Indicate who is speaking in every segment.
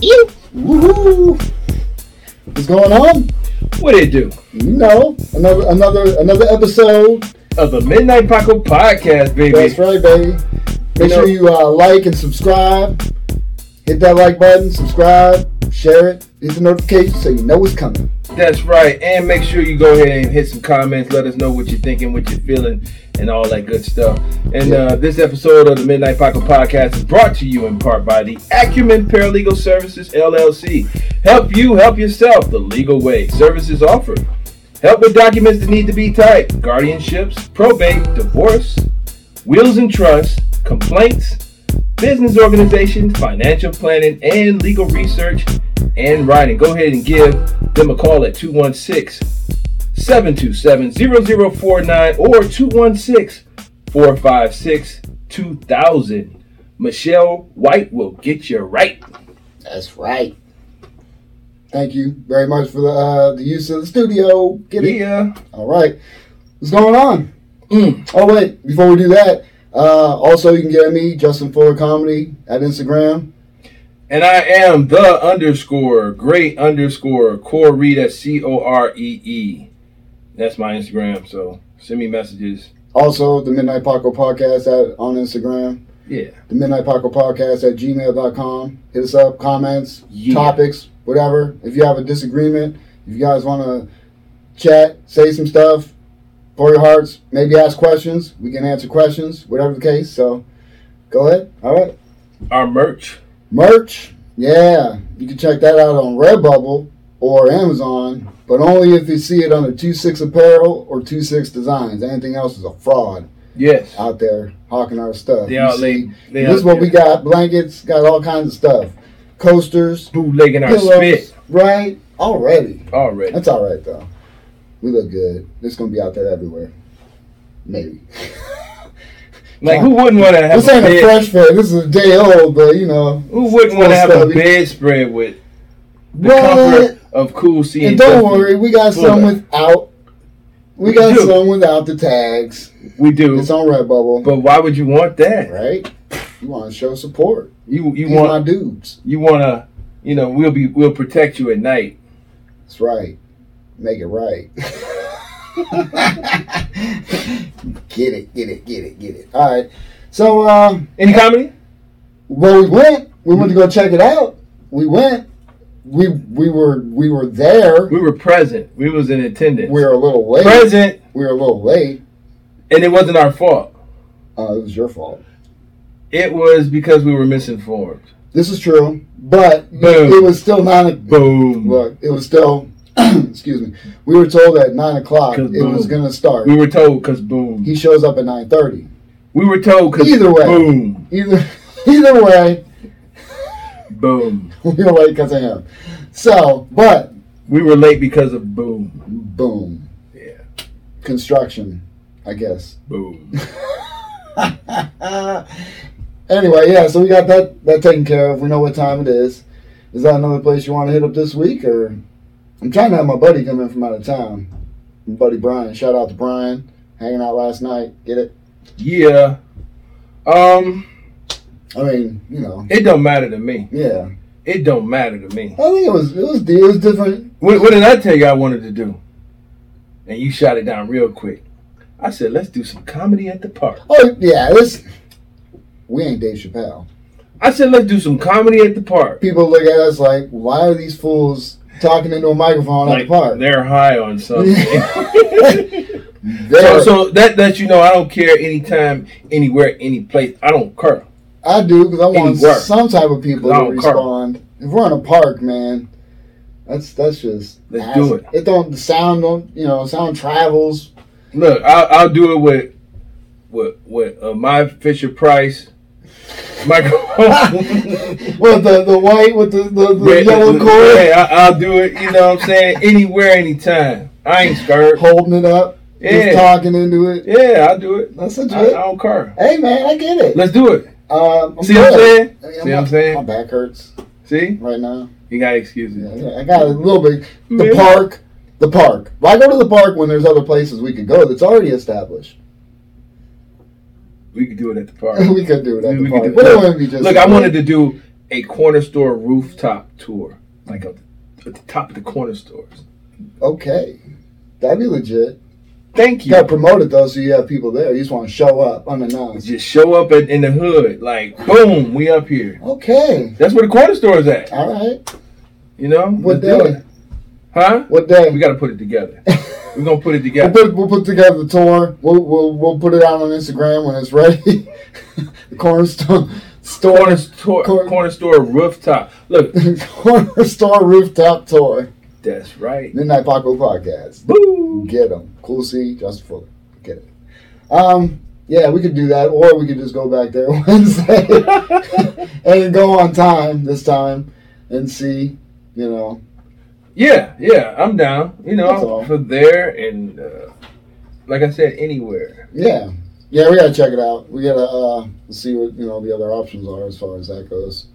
Speaker 1: You. Woohoo! What's going on?
Speaker 2: What did it do?
Speaker 1: You know, another another another episode.
Speaker 2: Of the Midnight Paco podcast, baby.
Speaker 1: That's right, baby. Make
Speaker 2: You know-
Speaker 1: sure you uh, like and subscribe. Hit that like button, subscribe, share it, hit the notification so you know what's coming.
Speaker 2: That's right. And make sure you go ahead and hit some comments. Let us know what you're thinking, what you're feeling, and all that good stuff. And uh, this episode of the Midnight Paco podcast is brought to you in part by the Acumen Paralegal Services LLC. Help you help yourself the legal way. Services offered. Help with documents that need to be typed, guardianships, probate, divorce, wills and trusts, complaints, business organizations, financial planning, and legal research and writing. Go ahead and give them a call at 216 727 0049 or 216 456 2000. Michelle White will get you right.
Speaker 1: That's right. Thank you very much for the uh, the use of the studio. Get it.
Speaker 2: Yeah.
Speaker 1: All right. What's going on?
Speaker 2: Mm.
Speaker 1: Oh, wait. Before we do that, uh, also, you can get me, Justin Fuller Comedy, at Instagram.
Speaker 2: And I am the underscore great underscore Corey. That's C O R E E. That's my Instagram. So send me messages.
Speaker 1: Also, the Midnight Paco Podcast at, on Instagram.
Speaker 2: Yeah.
Speaker 1: The Midnight Paco Podcast at gmail.com. Hit us up, comments,
Speaker 2: Yeah.
Speaker 1: topics, whatever. If you have a disagreement, if you guys want to chat, say some stuff, pour your hearts, maybe ask questions. We can answer questions, whatever the case. So go ahead. All right.
Speaker 2: Our merch.
Speaker 1: Merch, yeah, you can check that out on Redbubble or Amazon, but only if you see it under 26 Apparel or 26 Designs. Anything else is a fraud
Speaker 2: Yes.
Speaker 1: out there hawking our stuff.
Speaker 2: They
Speaker 1: You
Speaker 2: out
Speaker 1: see,
Speaker 2: late. They
Speaker 1: this
Speaker 2: out
Speaker 1: is what we
Speaker 2: there
Speaker 1: got blankets, got all kinds of stuff, coasters,
Speaker 2: Bootlegging our
Speaker 1: pillows,
Speaker 2: spit
Speaker 1: right? Already.
Speaker 2: already.
Speaker 1: That's all right, though. We look good. It's going to be out there everywhere. Maybe.
Speaker 2: Like who wouldn't want to have
Speaker 1: This
Speaker 2: a
Speaker 1: ain't a
Speaker 2: bed?
Speaker 1: fresh fit. This is a day old, but you know.
Speaker 2: Who wouldn't want to have a
Speaker 1: Stubby.
Speaker 2: bedspread with the
Speaker 1: What?
Speaker 2: comfort of cool seeing?
Speaker 1: And don't
Speaker 2: Justin?
Speaker 1: worry, we got some
Speaker 2: Fuller.
Speaker 1: without. We
Speaker 2: We
Speaker 1: got
Speaker 2: do.
Speaker 1: some without the tags.
Speaker 2: we do.
Speaker 1: It's on Redbubble,
Speaker 2: But why would you want that?
Speaker 1: right? You want to show support.
Speaker 2: You you
Speaker 1: These
Speaker 2: want
Speaker 1: my dudes.
Speaker 2: you want to you know we'll be we'll protect you at night.
Speaker 1: That's right. Make it right. get it, get it, get it, get it. All right. So, uh,
Speaker 2: Any comedy?
Speaker 1: well, we went. We went to go check it out. We went. We we were we were there.
Speaker 2: We were present. We was in attendance.
Speaker 1: We were a little late.
Speaker 2: present,
Speaker 1: We were a little late.
Speaker 2: and it wasn't our fault.
Speaker 1: Uh, it was your fault.
Speaker 2: It was because we were misinformed.
Speaker 1: This is true, but
Speaker 2: Boom.
Speaker 1: it was still nine.
Speaker 2: Boom.
Speaker 1: Look, it was still. excuse me. We were told at nine o'clock it
Speaker 2: Good
Speaker 1: was
Speaker 2: boom.
Speaker 1: going to start.
Speaker 2: We were told because boom.
Speaker 1: He shows up at nine thirty.
Speaker 2: We were told because
Speaker 1: Either way.
Speaker 2: boom,
Speaker 1: Either either way,
Speaker 2: boom.
Speaker 1: we were late because of him. So, but
Speaker 2: We were late because of boom,
Speaker 1: boom.
Speaker 2: Yeah.
Speaker 1: Construction, I guess.
Speaker 2: boom.
Speaker 1: anyway, yeah. So we got that that taken care of. We know what time it is. Is that another place you want to hit up this week, or I'm trying to have my buddy come in from out of town. My buddy Brian. Shout out to Brian. Hanging out last night. Get it?
Speaker 2: Yeah. Um,
Speaker 1: I mean, you know,
Speaker 2: it don't matter to me.
Speaker 1: yeah.
Speaker 2: It don't matter to me.
Speaker 1: I think it was it was it was different.
Speaker 2: What, what did I tell you I wanted to do? And you shot it down real quick. I said, let's do some comedy at the park.
Speaker 1: Oh yeah, this we ain't Dave Chappelle.
Speaker 2: I said, let's do some comedy at the park.
Speaker 1: People look at us like, why are these fools talking into a microphone at
Speaker 2: Like,
Speaker 1: the park?
Speaker 2: they're high on something. so,
Speaker 1: They're-
Speaker 2: so that lets you know I don't care anytime, anywhere, any place. I don't care.
Speaker 1: I do because I want
Speaker 2: Any work.
Speaker 1: some type of people to
Speaker 2: Long curve.
Speaker 1: respond. If we're in a park, man, that's that's just
Speaker 2: Let's do it.
Speaker 1: It don't the sound don't you know sound travels.
Speaker 2: Look, I'll, I'll do it with with with uh, my Fisher Price microphone.
Speaker 1: With the the white with the the, the
Speaker 2: Red-
Speaker 1: yellow
Speaker 2: red-
Speaker 1: cord
Speaker 2: red, I, I'll do it. You know what I'm saying? Anywhere, anytime. I ain't scared.
Speaker 1: holding it up,
Speaker 2: Yeah.
Speaker 1: just talking into it.
Speaker 2: Yeah, I'll do it.
Speaker 1: That's such
Speaker 2: I, I
Speaker 1: a
Speaker 2: don't care.
Speaker 1: Hey man, I get it.
Speaker 2: Let's do it.
Speaker 1: Um, I'm
Speaker 2: See what
Speaker 1: good.
Speaker 2: I'm saying?
Speaker 1: Hey,
Speaker 2: See what I'm
Speaker 1: not-
Speaker 2: saying?
Speaker 1: My back hurts
Speaker 2: See,
Speaker 1: right now.
Speaker 2: you got excuses.
Speaker 1: Yeah, I got a little bit. The
Speaker 2: Man.
Speaker 1: park, the park. Why go to the park when there's other places we could go that's already established?
Speaker 2: We could do it at the park.
Speaker 1: we could do it at
Speaker 2: We
Speaker 1: the
Speaker 2: could
Speaker 1: park.
Speaker 2: do-
Speaker 1: But it wouldn't be just
Speaker 2: Look, I wanted to do a corner store rooftop tour, like up at the top of the corner stores.
Speaker 1: Okay. That'd be legit.
Speaker 2: Thank
Speaker 1: You
Speaker 2: you.
Speaker 1: gotta promote it though, so you have people there. You just want to show up unannounced.
Speaker 2: Just show up at, in the hood, like boom, we up here.
Speaker 1: Okay.
Speaker 2: That's where the corner store is at.
Speaker 1: All right.
Speaker 2: You know
Speaker 1: What
Speaker 2: Let's do
Speaker 1: day?
Speaker 2: it. Huh?
Speaker 1: What day?
Speaker 2: We got to put it together. We're gonna put it
Speaker 1: We'll
Speaker 2: together.
Speaker 1: put, we'll put together the tour. We'll, we'll we'll put it out on Instagram when it's ready. the corner store store
Speaker 2: Corner store,
Speaker 1: Corner-
Speaker 2: corner store rooftop. Look,
Speaker 1: corner store rooftop tour.
Speaker 2: that's right.
Speaker 1: Midnight Paco podcast.
Speaker 2: Boo.
Speaker 1: Get them. Cool C. Justin Fuller. Get it. Um. Yeah, we could do that, or we could just go back there Wednesday and go on time this time and see. You know.
Speaker 2: Yeah, yeah, I'm down. You
Speaker 1: That's
Speaker 2: know,
Speaker 1: all.
Speaker 2: for there and uh, like I said, anywhere.
Speaker 1: Yeah. Yeah, we gotta check it out. We gotta uh, see what you know the other options are as far as that goes.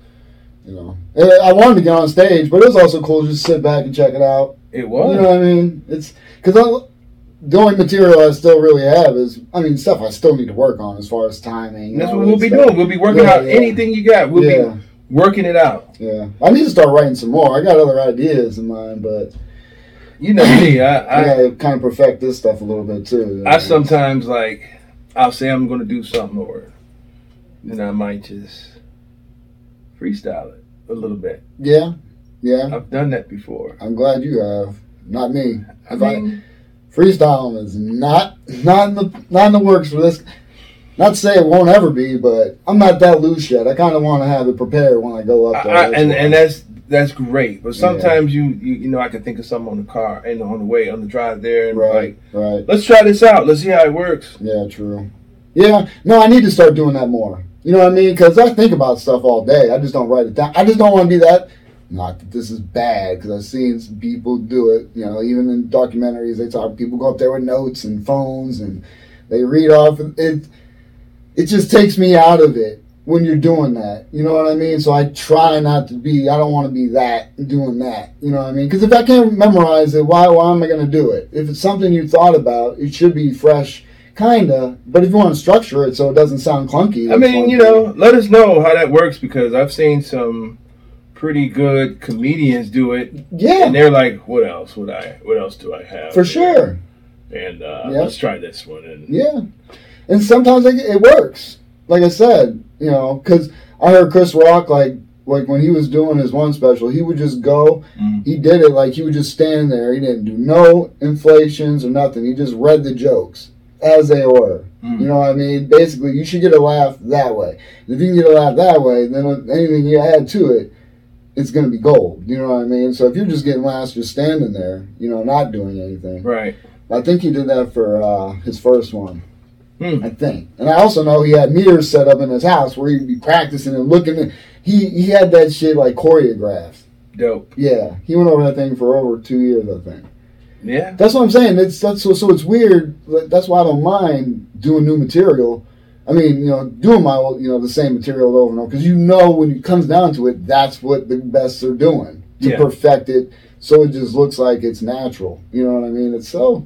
Speaker 1: You know, And I wanted to get on stage, but it was also cool just to sit back and check it out.
Speaker 2: It was.
Speaker 1: You know what I mean? It's because the only material I still really have is, I mean, stuff I still need to work on as far as timing. and
Speaker 2: That's
Speaker 1: all
Speaker 2: what
Speaker 1: that
Speaker 2: we'll be
Speaker 1: stuff.
Speaker 2: doing. We'll be working
Speaker 1: Yeah,
Speaker 2: out
Speaker 1: yeah.
Speaker 2: anything you got. We'll
Speaker 1: yeah,
Speaker 2: be working it out.
Speaker 1: yeah. I need to start writing some more. I got other ideas in mind, but
Speaker 2: You know me.
Speaker 1: I,
Speaker 2: I I,
Speaker 1: gotta kind of perfect this stuff a little bit too. you know?
Speaker 2: I sometimes like I'll say I'm gonna do something or then I might just freestyle it a little bit.
Speaker 1: yeah, yeah.
Speaker 2: I've done that before.
Speaker 1: I'm glad you have, not me.
Speaker 2: I
Speaker 1: If I-
Speaker 2: mean,
Speaker 1: freestyle is not not in the not in the works for this. Not to say it won't ever be, but I'm not that loose yet. I kind of want to have it prepared when I go
Speaker 2: I,
Speaker 1: up there.
Speaker 2: I, and
Speaker 1: why.
Speaker 2: and that's that's great. But
Speaker 1: Yeah.
Speaker 2: sometimes you, you you know I can think of something on the car and on the way on the drive there and like
Speaker 1: right, right,
Speaker 2: let's try this out. Let's see how it works.
Speaker 1: yeah, true. Yeah, no, I need to start doing that more. You know what I mean? Because I think about stuff all day. I just don't write it down. I just don't want to be that. Not that this is bad, because I've seen some people do it. You know, even in documentaries, they talk. People go up there with notes and phones, and they read off. It it just takes me out of it when you're doing that. You know what I mean? So I try not to be. I don't want to be that doing that. You know what I mean? Because if I can't memorize it, why why am I going to do it? If it's something you thought about, it should be fresh, kinda. But if you want to structure it so it doesn't sound clunky,
Speaker 2: I
Speaker 1: it's
Speaker 2: mean,
Speaker 1: one
Speaker 2: you
Speaker 1: thing.
Speaker 2: know, let us know how that works because I've seen some pretty good comedians do it,
Speaker 1: yeah,
Speaker 2: and they're like, "What else would I? What else do I have?"
Speaker 1: for sure,
Speaker 2: And uh,
Speaker 1: Yeah.
Speaker 2: let's try this one. And
Speaker 1: yeah. And sometimes it, it works. Like I said, you know, because I heard Chris Rock like like when he was doing his one special, he would just go
Speaker 2: Mm.
Speaker 1: he did it like he would just stand there. He didn't do no inflations or nothing. He just read the jokes as they were.
Speaker 2: Mm.
Speaker 1: You know what I mean? Basically, you should get a laugh that way. If you can get a laugh that way, then anything you add to it, it's going to be gold. You know what I mean? So if you're just getting laughs, just standing there, you know, not doing anything.
Speaker 2: right,
Speaker 1: I think he did that for uh, his first one.
Speaker 2: Hmm.
Speaker 1: I think, and I also know he had mirrors set up in his house where he'd be practicing and looking. At, he he had that shit like choreographed.
Speaker 2: dope.
Speaker 1: Yeah, he went over that thing for over two years, I think.
Speaker 2: Yeah,
Speaker 1: That's what I'm saying. It's that's so, so it's weird. like, That's why I don't mind doing new material. I mean, you know, doing my old, you know the same material over and over because you know when it comes down to it, that's what the best are doing to
Speaker 2: Yeah.
Speaker 1: perfect it, so it just looks like it's natural. You know what I mean? It's so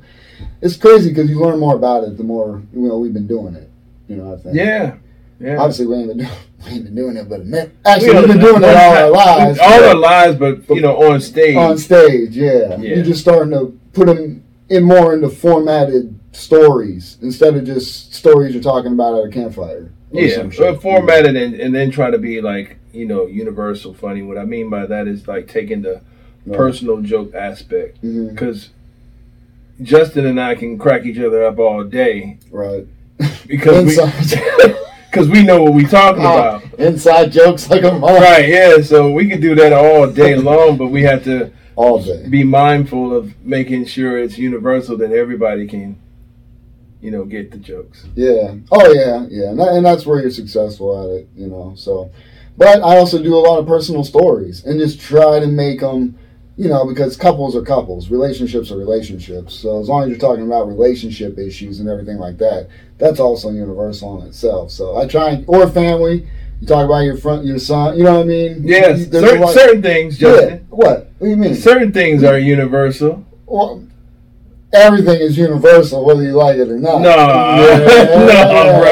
Speaker 1: it's crazy because you learn more about it the more you know we've been doing it. You know, I think.
Speaker 2: yeah, yeah.
Speaker 1: Obviously, we ain't been doing, we ain't been doing it, but man, actually, we've been doing it all our
Speaker 2: We-
Speaker 1: lives.
Speaker 2: All
Speaker 1: but-
Speaker 2: our lives, but you know, on stage.
Speaker 1: on stage, yeah.
Speaker 2: Yeah.
Speaker 1: You're just starting to put them in more into formatted stories instead of just stories you're talking about at a campfire. or
Speaker 2: yeah, uh,
Speaker 1: some shit.
Speaker 2: but formatted and, and then try to be like you know universal funny. What I mean by that is like taking the
Speaker 1: Right.
Speaker 2: personal joke aspect
Speaker 1: Mhm,
Speaker 2: because Justin and I can crack each other up all day
Speaker 1: Right.
Speaker 2: because we
Speaker 1: Inside. Oh.
Speaker 2: because we know what we're talking about.
Speaker 1: Inside jokes like a mom
Speaker 2: Right, yeah, so we can do that all day long, but we have to
Speaker 1: all day.
Speaker 2: be mindful of making sure it's universal that everybody can, you know, get the jokes.
Speaker 1: Yeah. Oh yeah, yeah. And, that, and that's where you're successful at it, you know. So, but I also do a lot of personal stories and just try to make them, you know, because couples are couples, relationships are relationships. So as long as you're talking about relationship issues and everything like that, that's also universal in itself. So I try and, or family. You talk about your front, your son. You know what I mean?
Speaker 2: Yes,
Speaker 1: There's a
Speaker 2: certain,
Speaker 1: lot-
Speaker 2: certain things,
Speaker 1: yeah.
Speaker 2: Justin.
Speaker 1: What? What do you mean?
Speaker 2: Certain things are universal.
Speaker 1: Well, everything is universal, whether you like it or not.
Speaker 2: No. No, bro.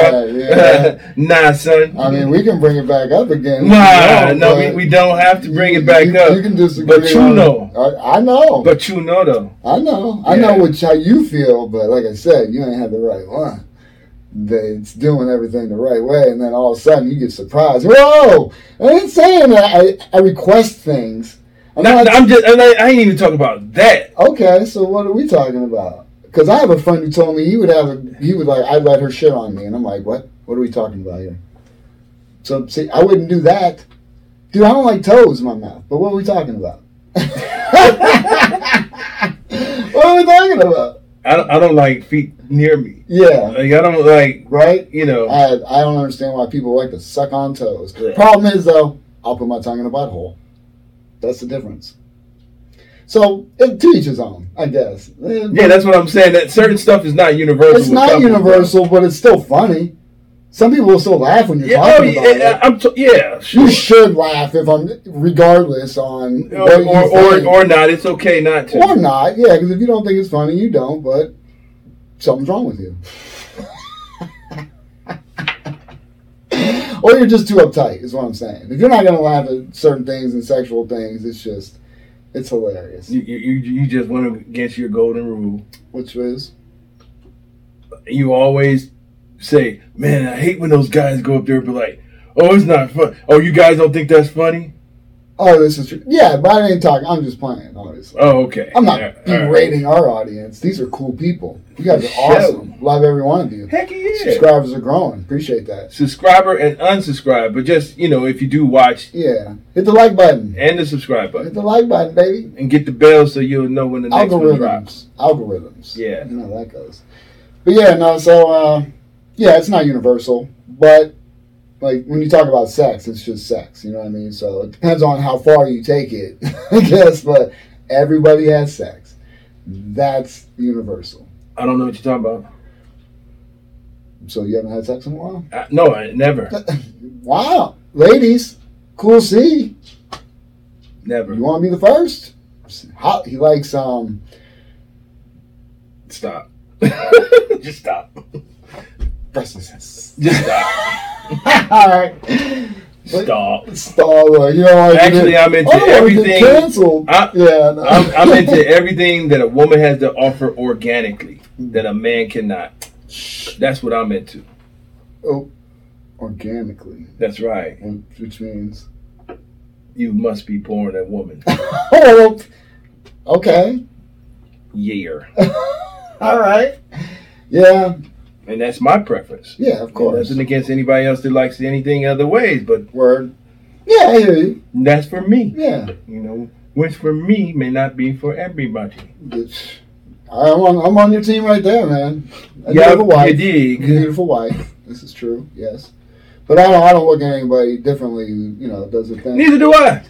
Speaker 1: yeah. Uh, Yeah.
Speaker 2: nah, son.
Speaker 1: I mean, we can bring it back up again.
Speaker 2: Nah,
Speaker 1: You
Speaker 2: no,
Speaker 1: know,
Speaker 2: we,
Speaker 1: but
Speaker 2: we don't have to bring
Speaker 1: you-
Speaker 2: it back
Speaker 1: you,
Speaker 2: up.
Speaker 1: You can disagree.
Speaker 2: but you
Speaker 1: on-
Speaker 2: know,
Speaker 1: I, I know.
Speaker 2: but you know though.
Speaker 1: I know. I
Speaker 2: Yeah.
Speaker 1: know which how you feel, but like I said, you ain't had the right one. That it's doing everything the right way, and then all of a sudden you get surprised. Whoa! I ain't saying that I, I request things. I'm
Speaker 2: Not-
Speaker 1: not-
Speaker 2: I'm just, and I, I ain't even talking about that.
Speaker 1: okay, so what are we talking about? Because I have a friend who told me he would have a, he would like I'd let her shit on me, and I'm like, what? What are we talking about here? So see, I wouldn't do that, dude. I don't like toes in my mouth. But what are we talking about? what are we talking about?
Speaker 2: I don't, I don't like feet near me.
Speaker 1: Yeah,
Speaker 2: Like I don't like,
Speaker 1: right.
Speaker 2: you know.
Speaker 1: I I don't understand why people like to suck on toes.
Speaker 2: Yeah.
Speaker 1: Problem is though, I'll put my tongue in a butthole. That's the difference. So it teaches on, I guess.
Speaker 2: yeah, that's what I'm saying. That certain stuff is not universal.
Speaker 1: it's
Speaker 2: with
Speaker 1: not
Speaker 2: couples, bro.
Speaker 1: universal, but it's still funny. Some people will still laugh when you're
Speaker 2: Yeah, oh,
Speaker 1: talking
Speaker 2: yeah,
Speaker 1: about it.
Speaker 2: I'm t- yeah,
Speaker 1: you
Speaker 2: sure.
Speaker 1: should laugh if I'm regardless on
Speaker 2: Or,
Speaker 1: what you
Speaker 2: or, or,
Speaker 1: think.
Speaker 2: or not. It's okay not to.
Speaker 1: Or not, yeah. Because if you don't think it's funny, you don't. But something's wrong with you, or you're just too uptight. Is what I'm saying. If you're not gonna laugh at certain things and sexual things, it's just it's hilarious.
Speaker 2: You, you, you you just went against your golden rule.
Speaker 1: Which is
Speaker 2: You always say, man, I hate when those guys go up there and be like, oh, it's not fun. Oh, you guys don't think that's funny?
Speaker 1: oh, this is true. yeah. But I ain't talking. I'm just playing, obviously.
Speaker 2: Oh, okay.
Speaker 1: I'm
Speaker 2: All right,
Speaker 1: not
Speaker 2: all right.
Speaker 1: berating our audience. These are cool people. You guys are
Speaker 2: Show.
Speaker 1: awesome. Love every one of you.
Speaker 2: Heck yeah.
Speaker 1: Subscribers are growing. Appreciate that.
Speaker 2: Subscriber and unsubscribe, but just, you know, if you do watch
Speaker 1: Yeah. Hit the like button.
Speaker 2: and the subscribe
Speaker 1: Hit
Speaker 2: button
Speaker 1: the like button, baby.
Speaker 2: and get the bell so you'll know when the next one drops.
Speaker 1: algorithms. Algorithms.
Speaker 2: Yeah.
Speaker 1: You know how that goes. But yeah, no, so uh, yeah, it's not universal. But like when you talk about sex, it's just sex, you know what I mean? So it depends on how far you take it, I guess, but everybody has sex. That's universal.
Speaker 2: I don't know what you're talking about.
Speaker 1: So you haven't had sex in a while?
Speaker 2: I, no, I never.
Speaker 1: wow. Ladies, cool C.
Speaker 2: Never.
Speaker 1: You wanna be the first? How, he likes um
Speaker 2: Stop. just stop.
Speaker 1: breastlessness.
Speaker 2: Just stop.
Speaker 1: All right. But-
Speaker 2: Stop.
Speaker 1: Star You know, like
Speaker 2: Actually, I'm into
Speaker 1: oh,
Speaker 2: everything.
Speaker 1: Canceled.
Speaker 2: I-
Speaker 1: yeah, no.
Speaker 2: I'm, I'm into everything that a woman has to offer organically that a man cannot. That's what I'm into.
Speaker 1: oh, organically,
Speaker 2: That's right.
Speaker 1: which means
Speaker 2: You must be born a woman.
Speaker 1: oh, okay,
Speaker 2: Yeah.
Speaker 1: all right, yeah,
Speaker 2: And that's my preference.
Speaker 1: yeah, of course.
Speaker 2: Nothing against anybody else that likes anything other ways, but
Speaker 1: Word. Yeah, I hear you.
Speaker 2: that's for me.
Speaker 1: Yeah,
Speaker 2: You know, which for me may not be for everybody.
Speaker 1: It's- I'm on. I'm on your team right there, man. I do
Speaker 2: Yeah,
Speaker 1: have a wife.
Speaker 2: you dig.
Speaker 1: Beautiful wife. This is true. Yes. But I don't, I don't look at anybody differently who, you know, does a thing.
Speaker 2: Neither do I.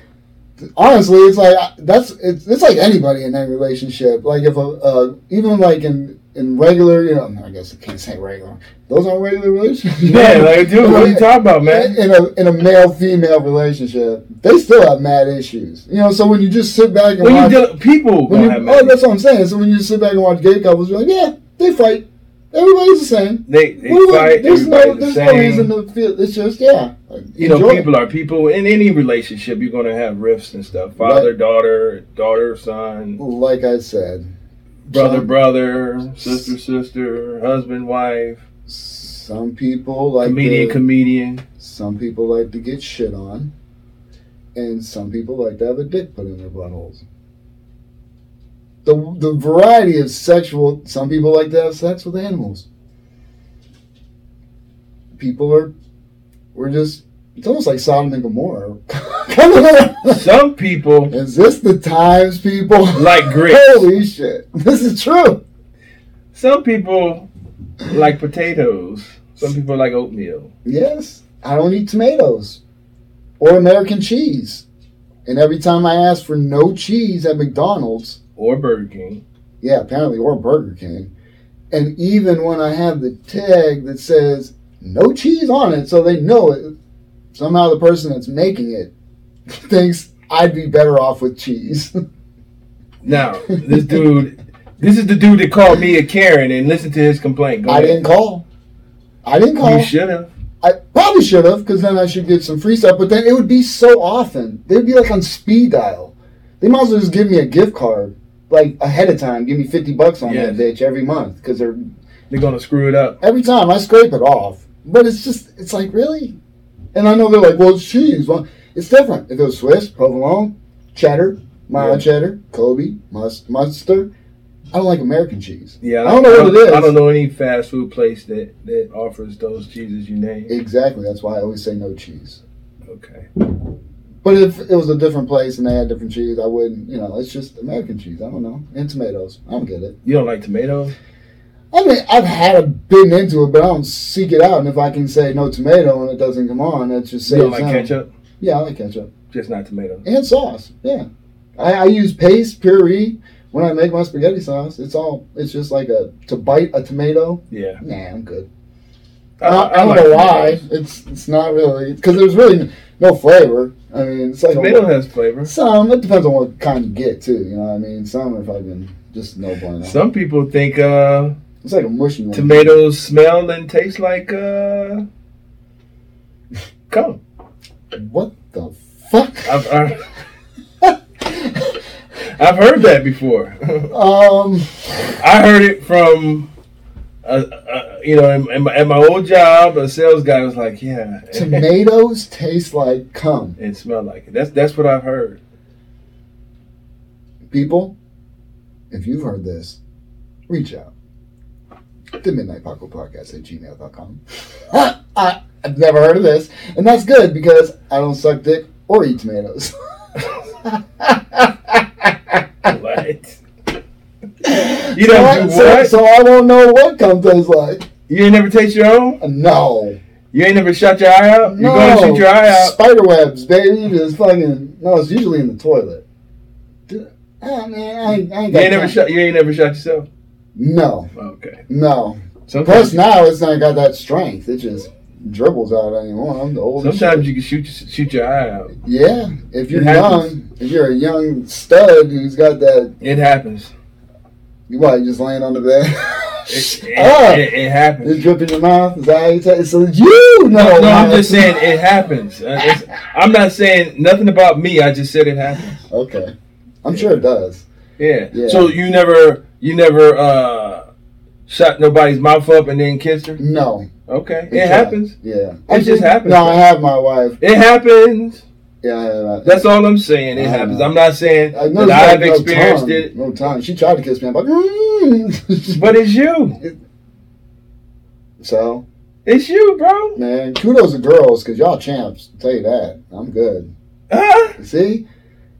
Speaker 1: honestly, it's like I- that's it's, it's like anybody in that relationship. Like if a uh, even like in in regular, you know, I guess I can't say regular. Those aren't regular relationships.
Speaker 2: Yeah, like, dude, what are you talking about, man?
Speaker 1: In a in a male female relationship, they still have mad issues. You know, so when you just sit back and
Speaker 2: When you
Speaker 1: watch,
Speaker 2: deal, people
Speaker 1: when
Speaker 2: gonna
Speaker 1: you,
Speaker 2: have
Speaker 1: oh,
Speaker 2: mad-
Speaker 1: that's what I'm saying. So when you sit back and watch gay couples, you're like, yeah, they fight. Everybody's the same.
Speaker 2: they, they
Speaker 1: What do we-
Speaker 2: fight.
Speaker 1: there's no
Speaker 2: everybody's the
Speaker 1: there's
Speaker 2: same.
Speaker 1: no reason to feel. It's just yeah. like,
Speaker 2: you know,
Speaker 1: enjoy it.
Speaker 2: people are people. In any relationship, you're gonna have rifts and stuff. Father, daughter, daughter, son,
Speaker 1: Like I said,
Speaker 2: brother,
Speaker 1: Son.
Speaker 2: brother, sister, sister, husband, wife,
Speaker 1: Some people like
Speaker 2: comedian,
Speaker 1: to,
Speaker 2: comedian.
Speaker 1: some people like to get shit on, and some people like to have a dick put in their buttholes. The the variety of sexual. Some people like to have sex with animals. People are, we're just. It's almost like Sodom and Gomorrah. Coming around.
Speaker 2: Some people
Speaker 1: Is this the times, people?
Speaker 2: Like grits.
Speaker 1: Holy shit! This is true.
Speaker 2: Some people like potatoes. Some people like oatmeal.
Speaker 1: Yes, I don't eat tomatoes or American cheese. And every time I ask for no cheese at McDonald's,
Speaker 2: Or Burger King.
Speaker 1: yeah, apparently, or Burger King, and even when I have the tag that says no cheese on it, so they know it, somehow the person that's making it thinks I'd be better off with cheese.
Speaker 2: Now, this dude, this is the dude that called me a Karen and listen to his complaint. Go
Speaker 1: I
Speaker 2: ahead.
Speaker 1: didn't call. I didn't call.
Speaker 2: You should have.
Speaker 1: I probably should have, because then I should get some free stuff. But then it would be so often. They'd be like on speed dial. They might as well just give me a gift card, like ahead of time. Give me fifty bucks on that bitch every month, because they're
Speaker 2: They're gonna screw it up.
Speaker 1: every time I scrape it off. But it's just, it's like really. And I know they're like, well, it's cheese. Well, it's different. If it was Swiss, provolone, cheddar, mild
Speaker 2: Yeah.
Speaker 1: cheddar, Kobe, must, mustard. I don't like American cheese.
Speaker 2: Yeah,
Speaker 1: I don't know what it is.
Speaker 2: I don't know any fast food place that that offers those cheeses you named.
Speaker 1: Exactly. That's why I always say no cheese.
Speaker 2: Okay.
Speaker 1: But if it was a different place and they had different cheese, I wouldn't. You know, it's just American cheese. I don't know. And tomatoes. I don't get it.
Speaker 2: You don't like tomatoes?
Speaker 1: I mean, I've had a been into it, but I don't seek it out. And if I can say no tomato and it doesn't come on, that just
Speaker 2: You
Speaker 1: saves
Speaker 2: don't like
Speaker 1: time.
Speaker 2: ketchup?
Speaker 1: Yeah, I like ketchup
Speaker 2: Just not tomatoes.
Speaker 1: and sauce. Yeah, I, I use paste puree when I make my spaghetti sauce. It's all. It's just like a to bite a tomato.
Speaker 2: Yeah.
Speaker 1: Nah, I'm good. I, I don't know why.
Speaker 2: tomatoes.
Speaker 1: It's it's not really because there's really no flavor. I mean, it's like
Speaker 2: Tomato
Speaker 1: a,
Speaker 2: has flavor.
Speaker 1: some. It depends on what kind you get too. You know what I mean? Some are fucking just no bueno.
Speaker 2: Some people think uh,
Speaker 1: It's like a mushy one.
Speaker 2: tomatoes smell and taste like uh, cum.
Speaker 1: What the fuck?
Speaker 2: I've, I've, I've heard that before.
Speaker 1: um,
Speaker 2: I heard it from, uh, uh, you know, in, in, my, in my old job, a sales guy was like, "Yeah,
Speaker 1: tomatoes taste like cum.
Speaker 2: and smell like it." That's that's what I've heard.
Speaker 1: People, if you've heard this, reach out. The Midnight Paco Podcast at gmail.com. I, I've never heard of this. And that's good because I don't suck dick or eat tomatoes.
Speaker 2: What? You
Speaker 1: So I-
Speaker 2: don't do
Speaker 1: so,
Speaker 2: what?
Speaker 1: so I won't know what cum tastes like.
Speaker 2: You ain't never taste your own.
Speaker 1: No.
Speaker 2: You ain't never shut your eye out.
Speaker 1: no.
Speaker 2: You're going to shoot your eye out.
Speaker 1: Spider webs, baby. Just fucking. No, it's usually in the toilet. Dude, I mean, I, ain't- I ain't
Speaker 2: You
Speaker 1: got
Speaker 2: ain't never
Speaker 1: time.
Speaker 2: shot. You ain't never shot yourself.
Speaker 1: No,
Speaker 2: Okay.
Speaker 1: no. Plus
Speaker 2: Sometimes,
Speaker 1: now it's not got that strength. It just dribbles out anymore. I'm the oldest.
Speaker 2: sometimes you can shoot your- shoot your eye out.
Speaker 1: Yeah, if you're
Speaker 2: It happens.
Speaker 1: young, if you're a young stud who's got that,
Speaker 2: It happens.
Speaker 1: you what? You just laying on the bed.
Speaker 2: It,
Speaker 1: Shut
Speaker 2: it,
Speaker 1: up.
Speaker 2: it- it
Speaker 1: It's
Speaker 2: happens.
Speaker 1: dripping your mouth. Is that how you take it? So you know.
Speaker 2: No, I'm
Speaker 1: man.
Speaker 2: just saying it happens. Uh, it's- I'm not saying nothing about me. I just said it happens.
Speaker 1: Okay. I'm sure it does.
Speaker 2: Yeah.
Speaker 1: Yeah.
Speaker 2: So you never, you never uh, shot nobody's mouth up and then kissed her.
Speaker 1: No.
Speaker 2: Okay.
Speaker 1: Yeah.
Speaker 2: It happens.
Speaker 1: Yeah.
Speaker 2: It just happens.
Speaker 1: No, I have my wife.
Speaker 2: It happens.
Speaker 1: Yeah, I have that.
Speaker 2: That's all I'm saying. It
Speaker 1: I
Speaker 2: happens.
Speaker 1: know.
Speaker 2: I'm not saying
Speaker 1: I know
Speaker 2: that
Speaker 1: there's
Speaker 2: I've
Speaker 1: no
Speaker 2: experienced
Speaker 1: tongue.
Speaker 2: it,
Speaker 1: No time. She tried to kiss me. I'm like, mm.
Speaker 2: but it's you.
Speaker 1: so
Speaker 2: It's you, bro.
Speaker 1: man, kudos to girls because y'all champs. I'll tell you that. I'm good.
Speaker 2: Huh?
Speaker 1: See,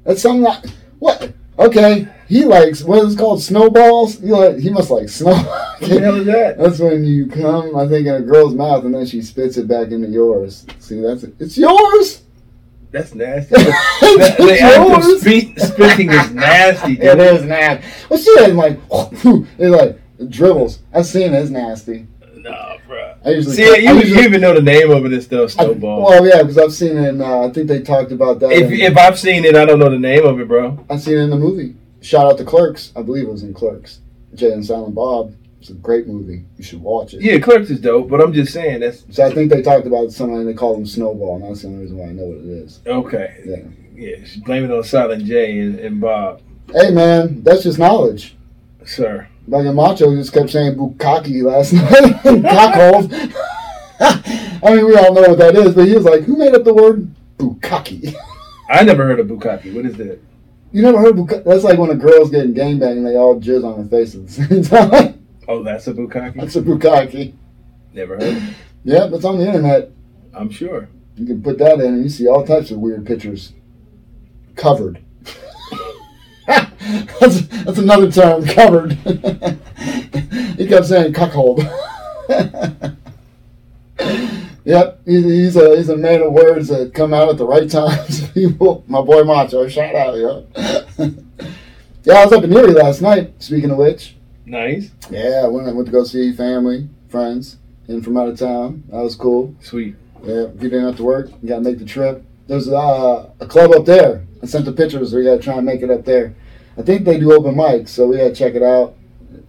Speaker 1: that's something. I, what? Okay, he likes what is it called snowballs. He like he must like snow.
Speaker 2: What the hell is that?
Speaker 1: That's when you come, I think, in a girl's mouth, and then she spits it back into yours. See, that's it. It's yours.
Speaker 2: That's nasty. the,
Speaker 1: it's
Speaker 2: the act of
Speaker 1: yours.
Speaker 2: spit, spitting is nasty. dude.
Speaker 1: It is nasty. Well, she had like, it like dribbles. I've seen it. It's nasty.
Speaker 2: Nah, bro.
Speaker 1: I usually
Speaker 2: See, you,
Speaker 1: I
Speaker 2: you
Speaker 1: usually-
Speaker 2: even know the name of it and stuff,
Speaker 1: I-
Speaker 2: Snowball.
Speaker 1: well, yeah, because I've seen it. In, uh, I think they talked about that.
Speaker 2: if,
Speaker 1: in-
Speaker 2: if I've seen it, I don't know the name of it, bro.
Speaker 1: I've seen it in the movie. Shout out to Clerks. I believe it was in Clerks. Jay and Silent Bob. It's a great movie. You should watch it.
Speaker 2: Yeah, Clerks is dope, but I'm just saying that's
Speaker 1: So I think they talked about something. They called him Snowball, and that's the only reason why I know what it is.
Speaker 2: okay.
Speaker 1: Yeah.
Speaker 2: Yeah, she's blaming on Silent J and, and Bob,
Speaker 1: Hey, man, that's just knowledge.
Speaker 2: sir.
Speaker 1: Like a macho just kept saying bukkake last night. Cockhold. I mean, we all know what that is, but he was like, "Who made up the word bukkake?"
Speaker 2: I never heard of bukkake. What is that?
Speaker 1: You never heard bukkake? That's like when a girl's getting gangbanged and they all jizz on her face at the same time.
Speaker 2: Oh, that's a bukkake.
Speaker 1: That's a bukkake.
Speaker 2: Never heard. Of it.
Speaker 1: Yep, it's on the internet.
Speaker 2: I'm sure.
Speaker 1: You can put that in, and you see all types of weird pictures. Covered. that's, that's another term. Covered. he kept saying cuckold. yep, he's, he's a he's a man of words that come out at the right times. People, my boy Macho, shout out, yo. yeah, I was up in Erie last night. Speaking of which,
Speaker 2: Nice,
Speaker 1: yeah, I went, I went to go see family, friends, in from out of town. That was cool.
Speaker 2: sweet.
Speaker 1: Yeah, if you didn't have to work, you gotta make the trip. There's uh, a club up there. I sent the pictures. We gotta try and make it up there. I think they do open mics, so we gotta check it out.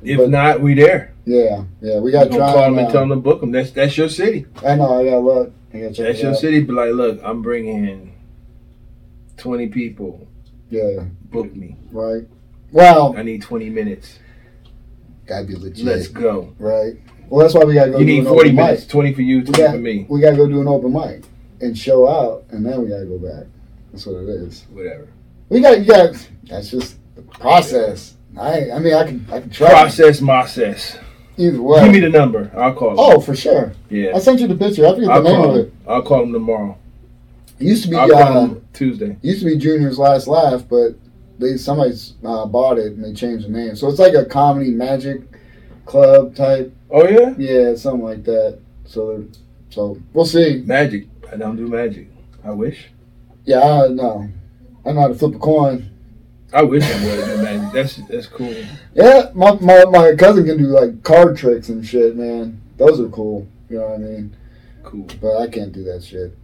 Speaker 2: If
Speaker 1: But-
Speaker 2: not, we there.
Speaker 1: Yeah, yeah, we
Speaker 2: Gonna
Speaker 1: got John.
Speaker 2: call them and
Speaker 1: uh,
Speaker 2: tell them to book them. That's that's your city.
Speaker 1: I know. I got luck. I got
Speaker 2: That's your city. Be like, look, I'm bringing twenty people.
Speaker 1: Yeah,
Speaker 2: Book me.
Speaker 1: right. Well,
Speaker 2: I need twenty minutes.
Speaker 1: gotta be legit,
Speaker 2: Let's go.
Speaker 1: right? Well, that's why we gotta go.
Speaker 2: You
Speaker 1: do
Speaker 2: need
Speaker 1: an
Speaker 2: forty
Speaker 1: open
Speaker 2: minutes.
Speaker 1: Mic.
Speaker 2: Twenty for you,
Speaker 1: We
Speaker 2: twenty
Speaker 1: got-
Speaker 2: for me.
Speaker 1: We gotta go do an open mic and show out, and then we gotta go back. That's what it is.
Speaker 2: Whatever.
Speaker 1: We got, you got. That's just the process. I, I mean, I can, I can try
Speaker 2: Process, process.
Speaker 1: either way.
Speaker 2: Give me the number. I'll call. Them.
Speaker 1: oh, for sure. I
Speaker 2: yeah.
Speaker 1: sent you the picture. I forget the
Speaker 2: I'll
Speaker 1: name
Speaker 2: call.
Speaker 1: of it.
Speaker 2: Them. I'll call them tomorrow.
Speaker 1: It used to be,
Speaker 2: I'll call
Speaker 1: uh,
Speaker 2: them Tuesday.
Speaker 1: used to be Junior's Last Laugh, but they somebody's uh, bought it and they changed the name. So it's like a comedy magic club type.
Speaker 2: Oh yeah.
Speaker 1: Yeah, something like that. So, they're- so we'll see.
Speaker 2: Magic. I don't do magic. I wish.
Speaker 1: Yeah, I don't know. I know how to flip a coin.
Speaker 2: I wish I would have do magic. That's that's cool.
Speaker 1: Yeah, my, my, my cousin can do like card tricks and shit, man. Those are cool. You know what I mean?
Speaker 2: Cool.
Speaker 1: but I can't do that shit.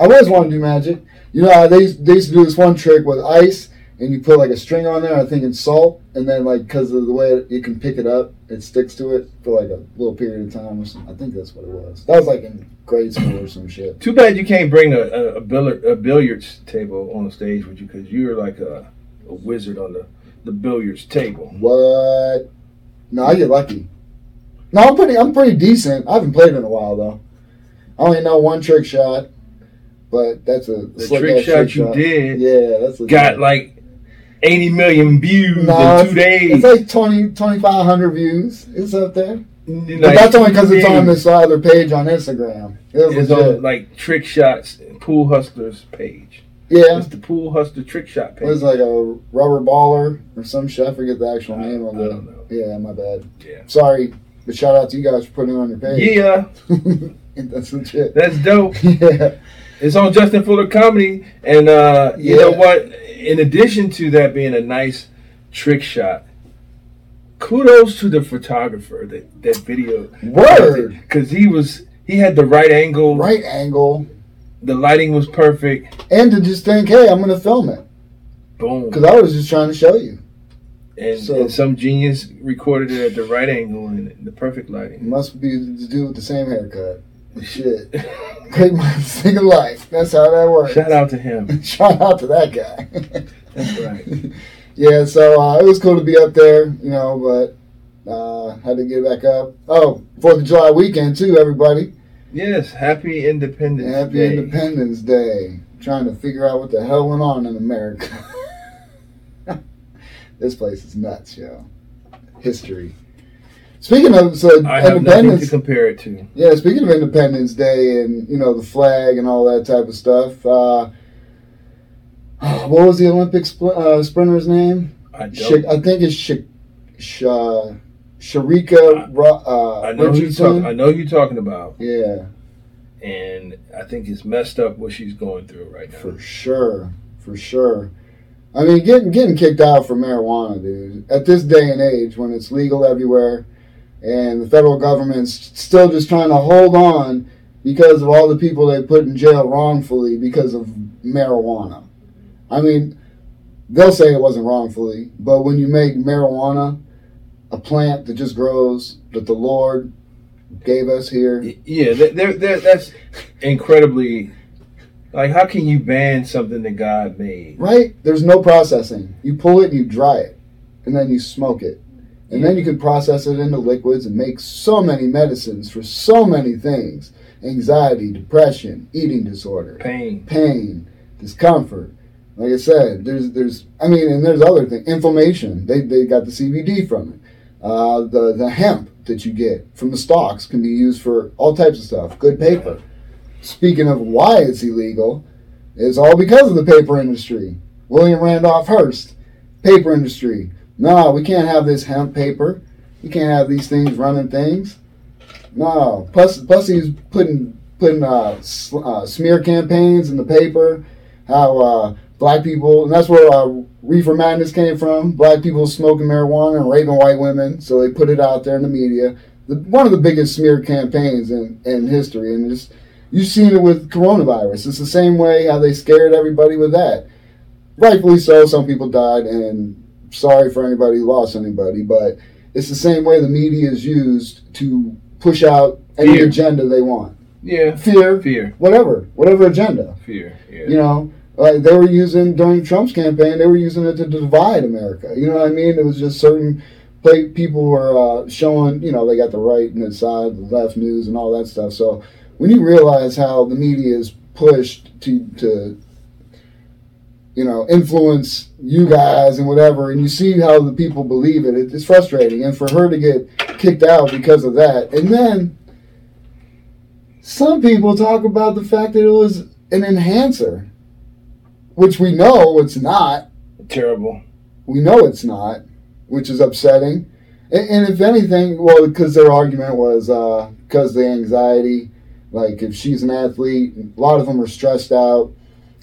Speaker 1: I always want to do magic. You know, how they they used to do this one trick with ice, and you put like a string on there. I think it's salt, and then like because of the way it, you can pick it up, it sticks to it for like a little period of time. Or something. I think that's what it was. That was like in grade school or some shit.
Speaker 2: Too bad you can't bring a a, a, billiard, a billiards table on the stage with you because you're like a, a wizard on the, the billiards table.
Speaker 1: What? No, I get lucky. No, I'm pretty. I'm pretty decent. I haven't played in a while though. I only know one trick shot, but that's a
Speaker 2: The trick shot you did
Speaker 1: Yeah, that's a
Speaker 2: got like 80 million views
Speaker 1: No,
Speaker 2: in two days.
Speaker 1: It's like 20, 2,500 views. It's up there.
Speaker 2: Like,
Speaker 1: But that's only because it's
Speaker 2: two
Speaker 1: on
Speaker 2: days.
Speaker 1: this other page on Instagram. It was
Speaker 2: It's
Speaker 1: legit.
Speaker 2: on like Trick Shots Pool Hustlers page.
Speaker 1: yeah.
Speaker 2: It's the Pool Hustler Trick Shot
Speaker 1: It
Speaker 2: page.
Speaker 1: was like a rubber baller or some shit. I forget the actual name
Speaker 2: I
Speaker 1: of
Speaker 2: don't
Speaker 1: it.
Speaker 2: know.
Speaker 1: Yeah, my bad.
Speaker 2: Yeah.
Speaker 1: Sorry. But shout out to you guys for putting it on your page.
Speaker 2: Yeah,
Speaker 1: that's legit.
Speaker 2: that's dope.
Speaker 1: yeah.
Speaker 2: It's on Justin Fuller Comedy, and uh, you
Speaker 1: Yeah.
Speaker 2: know what? In addition to that being a nice trick shot, kudos to the photographer that that video
Speaker 1: Word.
Speaker 2: because he was he had the right angle,
Speaker 1: Right angle.
Speaker 2: the lighting was perfect.
Speaker 1: And to just think, hey, I'm going to film it.
Speaker 2: Boom,
Speaker 1: Because I was just trying to show you.
Speaker 2: and,
Speaker 1: so-
Speaker 2: and some genius recorded it at the right angle and the perfect
Speaker 1: It
Speaker 2: lighting.
Speaker 1: must be to do with the same haircut. Shit. Great minds think alike. That's how that works.
Speaker 2: Shout out to him.
Speaker 1: Shout out to that guy.
Speaker 2: That's right.
Speaker 1: yeah, so uh, it was cool to be up there, you know, but uh, had to get back up. Oh, Fourth of July weekend too, everybody.
Speaker 2: Yes, happy Independence
Speaker 1: Happy
Speaker 2: Day.
Speaker 1: Independence Day. Trying to figure out what the hell went on in America. this place is nuts, yo. History. Speaking of so
Speaker 2: I have nothing to
Speaker 1: Independence,
Speaker 2: compare it to.
Speaker 1: yeah. Speaking of Independence Day and you know the flag and all that type of stuff. Uh, what was the Olympic spl- uh, sprinter's name?
Speaker 2: I don't.
Speaker 1: Sha- I think it's Sha- Sha- Sharika Ro- uh,
Speaker 2: I know who you
Speaker 1: Richardson.
Speaker 2: talk, I know who you're talking about.
Speaker 1: yeah,
Speaker 2: and I think it's messed up what she's going through right now.
Speaker 1: for sure, for sure. I mean, getting getting kicked out for marijuana, dude. At this day and age, when it's legal everywhere, and the federal government's still just trying to hold on because of all the people they put in jail wrongfully because of marijuana. I mean, they'll say it wasn't wrongfully, but when you make marijuana a plant that just grows that the Lord gave us here,
Speaker 2: Y- Yeah, th there there- that's incredibly like how can you ban something that God made?
Speaker 1: right? There's no processing. You pull it and you dry it, and then you smoke it. And then you can process it into liquids and make so many medicines for so many things anxiety, depression, eating disorder.
Speaker 2: Pain.
Speaker 1: pain, discomfort. Like I said, there's there's I mean, and there's other things. Inflammation. They they got the CBD from it. Uh, the the hemp that you get from the stalks can be used for all types of stuff. Good paper. Speaking of why it's illegal, it's all because of the paper industry. William Randolph Hearst, paper industry. No, we can't have this hemp paper. We can't have these things running things. No. Plus, plus he's putting putting uh, sl- uh, smear campaigns in the paper, how uh, black people, and that's where uh, Reefer Madness came from. Black people smoking marijuana and raping white women, so they put it out there in the media. The, one of the biggest smear campaigns in, in history, and just you've seen it with coronavirus. It's the same way how they scared everybody with that. Rightfully so, some people died, and sorry for anybody who lost anybody, but it's the same way the media is used to push out any
Speaker 2: Fear.
Speaker 1: agenda they want.
Speaker 2: Yeah.
Speaker 1: Fear,
Speaker 2: Fear.
Speaker 1: whatever, whatever agenda.
Speaker 2: Fear. Yeah.
Speaker 1: You know, like they were using during Trump's campaign, they were using it to divide America. You know what I mean? It was just certain play, people were uh, showing, you know, they got the right and the side, the left news, and all that stuff. So when you realize how the media is pushed to, to you know, influence you guys and whatever, and you see how the people believe it, it it's frustrating. And for her to get kicked out because of that, and then some people talk about the fact that it was an enhancer, which we know it's not.
Speaker 2: Terrible.
Speaker 1: We know it's not, which is upsetting. And, and if anything, well, because their argument was because the anxiety, like if she's an athlete, a lot of them are stressed out,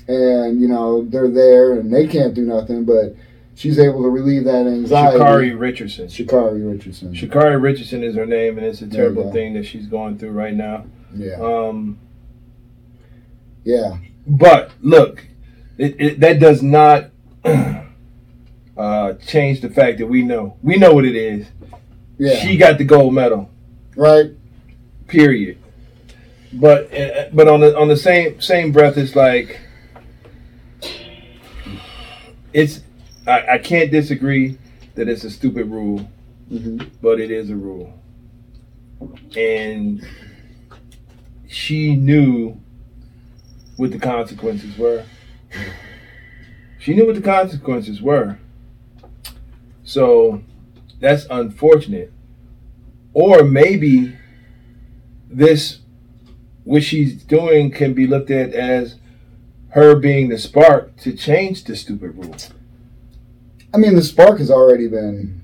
Speaker 1: and you know they're there and they can't do nothing, but she's able to relieve that anxiety.
Speaker 2: Shakari Richardson.
Speaker 1: Shikari Richardson.
Speaker 2: Shakari Richardson is her name, and it's a
Speaker 1: There you
Speaker 2: terrible
Speaker 1: go.
Speaker 2: thing that she's going through right now.
Speaker 1: yeah,
Speaker 2: Um,
Speaker 1: yeah,
Speaker 2: but look, it, it, that does not uh, change the fact that we know we know what it is.
Speaker 1: yeah.
Speaker 2: She got the gold medal.
Speaker 1: right.
Speaker 2: Period. But uh, but on the on the same same breath, it's like it's I, I can't disagree that it's a stupid rule.
Speaker 1: hmm
Speaker 2: but it is a rule. And she knew what the consequences were. She knew what the consequences were. So that's unfortunate. Or maybe this, what she's doing, can be looked at as her being the spark to change the stupid rule.
Speaker 1: I mean, the spark has already been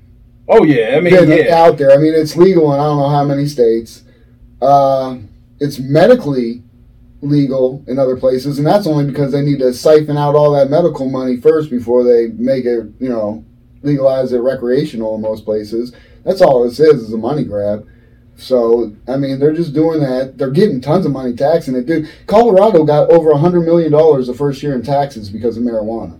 Speaker 2: Oh, yeah. I mean,
Speaker 1: been
Speaker 2: yeah.
Speaker 1: out there. I mean, it's legal in I don't know how many states. Uh, it's medically legal in other places, and that's only because they need to siphon out all that medical money first before they make it, you know, legalize it recreational in most places. That's all this is is a money grab. So I mean, they're just doing that. They're getting tons of money taxing it, dude. Colorado got over a hundred million dollars the first year in taxes because of marijuana.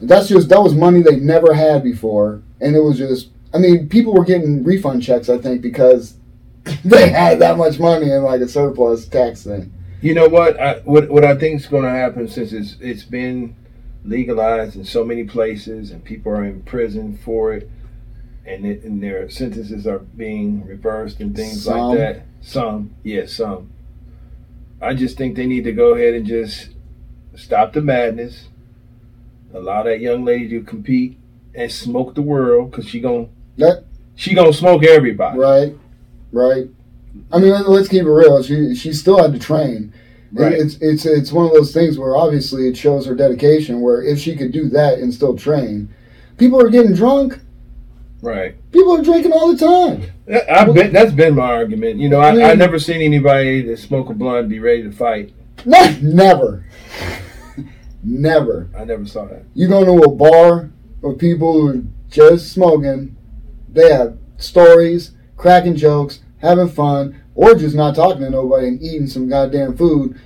Speaker 1: That's just that was money they never had before, and it was just I mean, people were getting refund checks, I think, because they had that much money in like a surplus tax thing.
Speaker 2: You know what? I, what what I think is going to happen since it's it's been legalized in so many places and people are in prison for it, and it, and their sentences are being reversed and things
Speaker 1: Some.
Speaker 2: like that. Some, yeah, some. I just think they need to go ahead and just stop the madness. Allow that young lady to compete and smoke the world because she gon'
Speaker 1: That-
Speaker 2: she gonna smoke everybody.
Speaker 1: Right, right. I mean, let- let's keep it real. She she still had to train. It-
Speaker 2: Right.
Speaker 1: It's it's it's one of those things where obviously it shows her dedication. Where if she could do that and still train, people are getting drunk.
Speaker 2: right.
Speaker 1: People are drinking all the time.
Speaker 2: I I bet that's been my argument. You know, I, I
Speaker 1: Yeah.
Speaker 2: never seen anybody that smoke a blunt be ready to fight.
Speaker 1: Ne- never, never.
Speaker 2: I never saw that.
Speaker 1: you go to a bar of people who are just smoking, they have stories, cracking jokes, having fun, or just not talking to nobody and eating some goddamn food.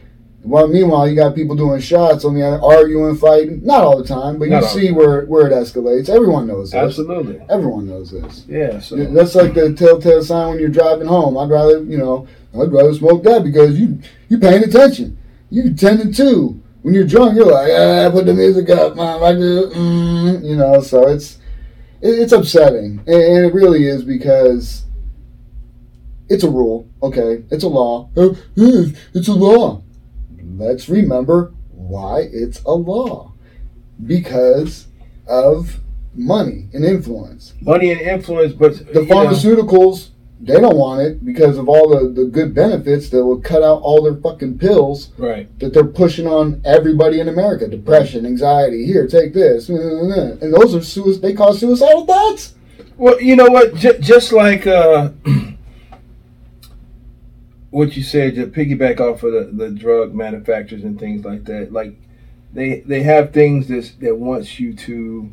Speaker 1: While meanwhile, you got people doing shots on the other, arguing, fighting. Not all the time, but you
Speaker 2: Not all the
Speaker 1: see where, where it escalates. Everyone knows this.
Speaker 2: Absolutely.
Speaker 1: Everyone knows this.
Speaker 2: Yeah. So
Speaker 1: Yeah, That's like the telltale sign when you're driving home. I'd rather, you know, I'd rather smoke that because you you paying attention. You attending to. When you're drunk, you're like, ah, put the music up, mom. I do, mm, you know. So it's it, it's upsetting, and, and it really is because it's a rule. Okay, it's a law. Uh, yes, It's a law. Let's remember why it's a law because of money and influence
Speaker 2: money and influence, but
Speaker 1: the
Speaker 2: you know,
Speaker 1: pharmaceuticals they don't want it because of all the, the good benefits that will cut out all their fucking pills
Speaker 2: right.
Speaker 1: that they're pushing on everybody in America. Depression, anxiety, here, take this. And those are sui- they cause suicidal thoughts.
Speaker 2: Well, you know what? J- just like uh, what you said, to piggyback off of the, the drug manufacturers and things like that. Like they they have things that that wants you to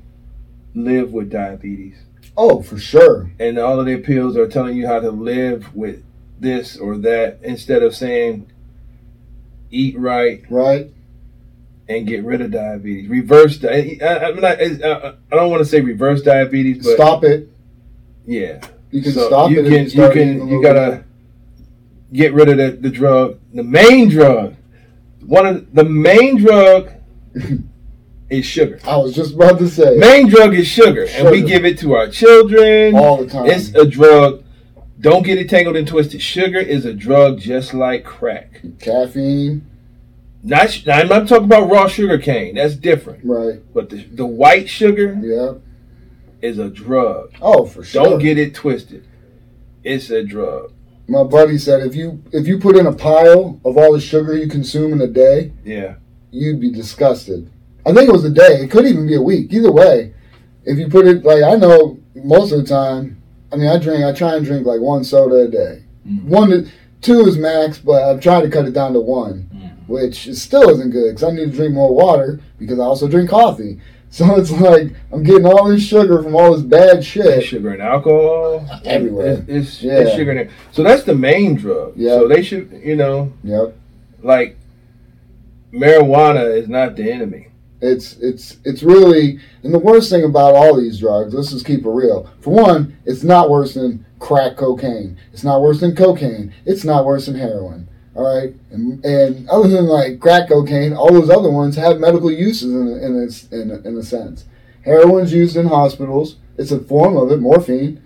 Speaker 2: live with diabetes.
Speaker 1: Oh, for sure.
Speaker 2: and all of their pills are telling you how to live with this or that instead of saying eat right
Speaker 1: Right?
Speaker 2: and get rid of diabetes reverse di- I, I, I'm not, I, I I don't want to say reverse diabetes but
Speaker 1: Stop it.
Speaker 2: yeah
Speaker 1: You can
Speaker 2: So
Speaker 1: stop
Speaker 2: you
Speaker 1: it. if
Speaker 2: Can, you
Speaker 1: start eating a
Speaker 2: can. You
Speaker 1: little
Speaker 2: gotta get rid of the, the drug. The main drug. One of the main drug is sugar.
Speaker 1: bit. I was just about to say
Speaker 2: Main drug is sugar, and we
Speaker 1: Sugar.
Speaker 2: give it to our children.
Speaker 1: all the time.
Speaker 2: It's a drug. Don't get it tangled and twisted. Sugar is a drug just like crack.
Speaker 1: Caffeine,
Speaker 2: Not, sh- now, I'm not talking about raw sugar cane. That's different.
Speaker 1: right?
Speaker 2: But the, the white sugar
Speaker 1: Yeah.
Speaker 2: is a drug.
Speaker 1: Oh, for sure.
Speaker 2: Don't get it twisted. It's a drug.
Speaker 1: My buddy said if you if you put in a pile of all the sugar you consume in a day,
Speaker 2: Yeah.
Speaker 1: you'd be disgusted. I think it was a day. It could even be a week. Either way, if you put it like I know most of the time, I mean I drink I try and drink like one soda a day.
Speaker 2: Mhm.
Speaker 1: One to two is max, but I've tried to cut it down to one,
Speaker 2: Mhm.
Speaker 1: which is still isn't good because I need to drink more water because I also drink coffee. So it's like I'm getting all this sugar from all this bad
Speaker 2: There's
Speaker 1: shit.
Speaker 2: sugar and alcohol
Speaker 1: Everywhere.
Speaker 2: It's, it's,
Speaker 1: Yeah.
Speaker 2: it's sugar in there. So that's the main drug.
Speaker 1: Yeah.
Speaker 2: So they should, you know,
Speaker 1: Yep.
Speaker 2: like marijuana is not the enemy.
Speaker 1: It's it's it's really and the worst thing about all these drugs, let's just keep it real. For one, it's not worse than crack cocaine. It's not worse than cocaine. It's not worse than heroin. All right, and, and other than like crack cocaine, all those other ones have medical uses in a, in a, s- in a, in a sense. Heroin's used in hospitals. It's a form of it, morphine.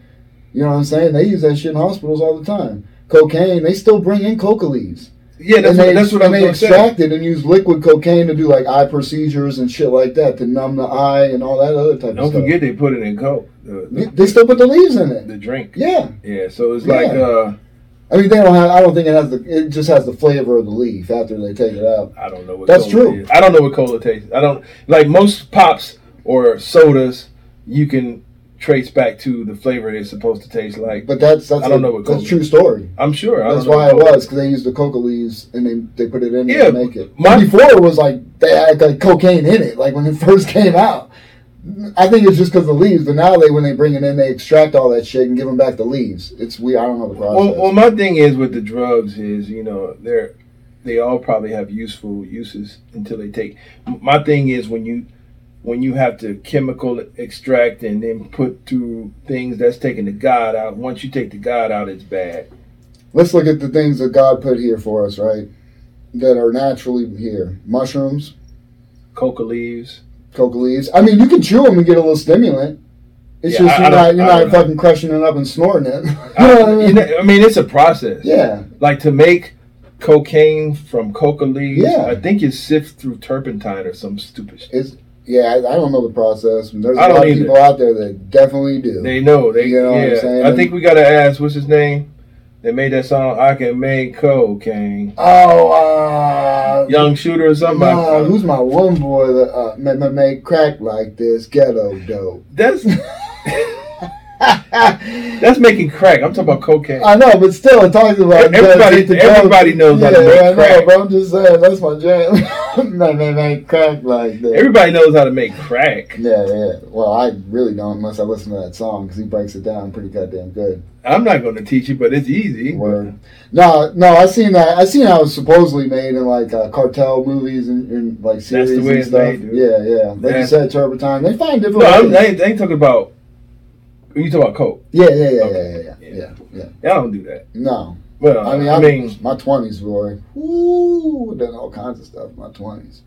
Speaker 1: You know what I'm saying? They use that shit in hospitals all the time. Cocaine, they still bring in coca leaves
Speaker 2: Yeah, that's
Speaker 1: and
Speaker 2: what,
Speaker 1: they,
Speaker 2: that's what I'm
Speaker 1: and they
Speaker 2: going to say.
Speaker 1: extracted and used liquid cocaine to do like eye procedures and shit like that to numb the eye and all that other type
Speaker 2: Don't
Speaker 1: of stuff.
Speaker 2: forget they put it in coke, the,
Speaker 1: They-
Speaker 2: the,
Speaker 1: they still put the leaves in it.
Speaker 2: the drink.
Speaker 1: Yeah,
Speaker 2: Yeah, so it's
Speaker 1: Yeah.
Speaker 2: like uh,
Speaker 1: I mean they don't have. I don't think it has the. It just has the flavor of the leaf after they take it out.
Speaker 2: I don't know what
Speaker 1: That's
Speaker 2: cola
Speaker 1: true.
Speaker 2: Is. I don't know what cola tastes. I don't like most pops or sodas. You can trace back to the flavor it's supposed to taste like.
Speaker 1: But that's that's
Speaker 2: I don't
Speaker 1: a,
Speaker 2: know what
Speaker 1: that's a
Speaker 2: cola-
Speaker 1: true story.
Speaker 2: I'm sure. I don't
Speaker 1: That's
Speaker 2: know
Speaker 1: why it
Speaker 2: what cola
Speaker 1: was
Speaker 2: is.
Speaker 1: because they used the coca leaves and they they put it in
Speaker 2: Yeah,
Speaker 1: to make it.
Speaker 2: my-
Speaker 1: before it was like they had like cocaine in it, like when it first came out. I think it's just because the leaves, but now they when they bring it in, they extract all that shit and give them back the leaves. It's we I don't know the process.
Speaker 2: Well, well, my thing is with the drugs is you know they're they all probably have useful uses until they take. My thing is when you when you have to chemical extract and then put through things that's taking the god out. Once you take the god out, it's bad.
Speaker 1: Let's look at the things that God put here for us, right? That are naturally here. Mushrooms,
Speaker 2: Coca leaves.
Speaker 1: coca leaves. I mean, you can chew them and get a little stimulant. It's
Speaker 2: Yeah,
Speaker 1: just
Speaker 2: I-
Speaker 1: you're
Speaker 2: I don't-
Speaker 1: not you're
Speaker 2: I
Speaker 1: not
Speaker 2: don't know.
Speaker 1: fucking crushing it up and snorting it. you know what I
Speaker 2: I, you
Speaker 1: mean?
Speaker 2: know, I mean, it's a process.
Speaker 1: Yeah,
Speaker 2: Like to make cocaine from coca leaves.
Speaker 1: Yeah.
Speaker 2: I think you sift through turpentine or some stupid. Shit.
Speaker 1: yeah. I, I don't know the process. There's a
Speaker 2: I don't
Speaker 1: lot of
Speaker 2: either.
Speaker 1: people out there that definitely do.
Speaker 2: They know. They
Speaker 1: You know what I'm
Speaker 2: yeah.
Speaker 1: saying?
Speaker 2: I think we gotta ask what's his name. They made that song. I can make cocaine.
Speaker 1: oh, uh,
Speaker 2: Young shooter or something.
Speaker 1: nah, who's my one boy that uh, ma- ma- make crack like this? Ghetto dope.
Speaker 2: that's that's making crack. I'm talking about cocaine.
Speaker 1: I know, but still, it talks about
Speaker 2: Everybody-
Speaker 1: drugs, it's the
Speaker 2: everybody
Speaker 1: drugs.
Speaker 2: knows how to make
Speaker 1: I know,
Speaker 2: crack.
Speaker 1: but I'm just saying that's my jam. man, man, man, crack like that.
Speaker 2: Everybody knows how to make crack.
Speaker 1: yeah, yeah. Well, I really don't unless I listen to that song because he breaks it down pretty goddamn good.
Speaker 2: I'm not going to teach you, but it's easy.
Speaker 1: Word. No, no, I seen that. I seen how it's supposedly made in like uh, cartel movies and, and like
Speaker 2: the
Speaker 1: series
Speaker 2: way
Speaker 1: and
Speaker 2: it's
Speaker 1: stuff.
Speaker 2: made, dude.
Speaker 1: yeah, yeah. Like
Speaker 2: Yeah.
Speaker 1: you said, Turpentine. They find different.
Speaker 2: No, I'm,
Speaker 1: ways.
Speaker 2: I, ain't, I ain't talking about. You talking about coke?
Speaker 1: yeah, yeah, yeah,
Speaker 2: Okay.
Speaker 1: yeah,
Speaker 2: Uh,
Speaker 1: yeah, yeah, yeah, yeah.
Speaker 2: Yeah, I don't do that.
Speaker 1: No,
Speaker 2: Well,
Speaker 1: I mean, I, mean, my twenties, boy. Ooh, done all kinds of stuff. in My twenties,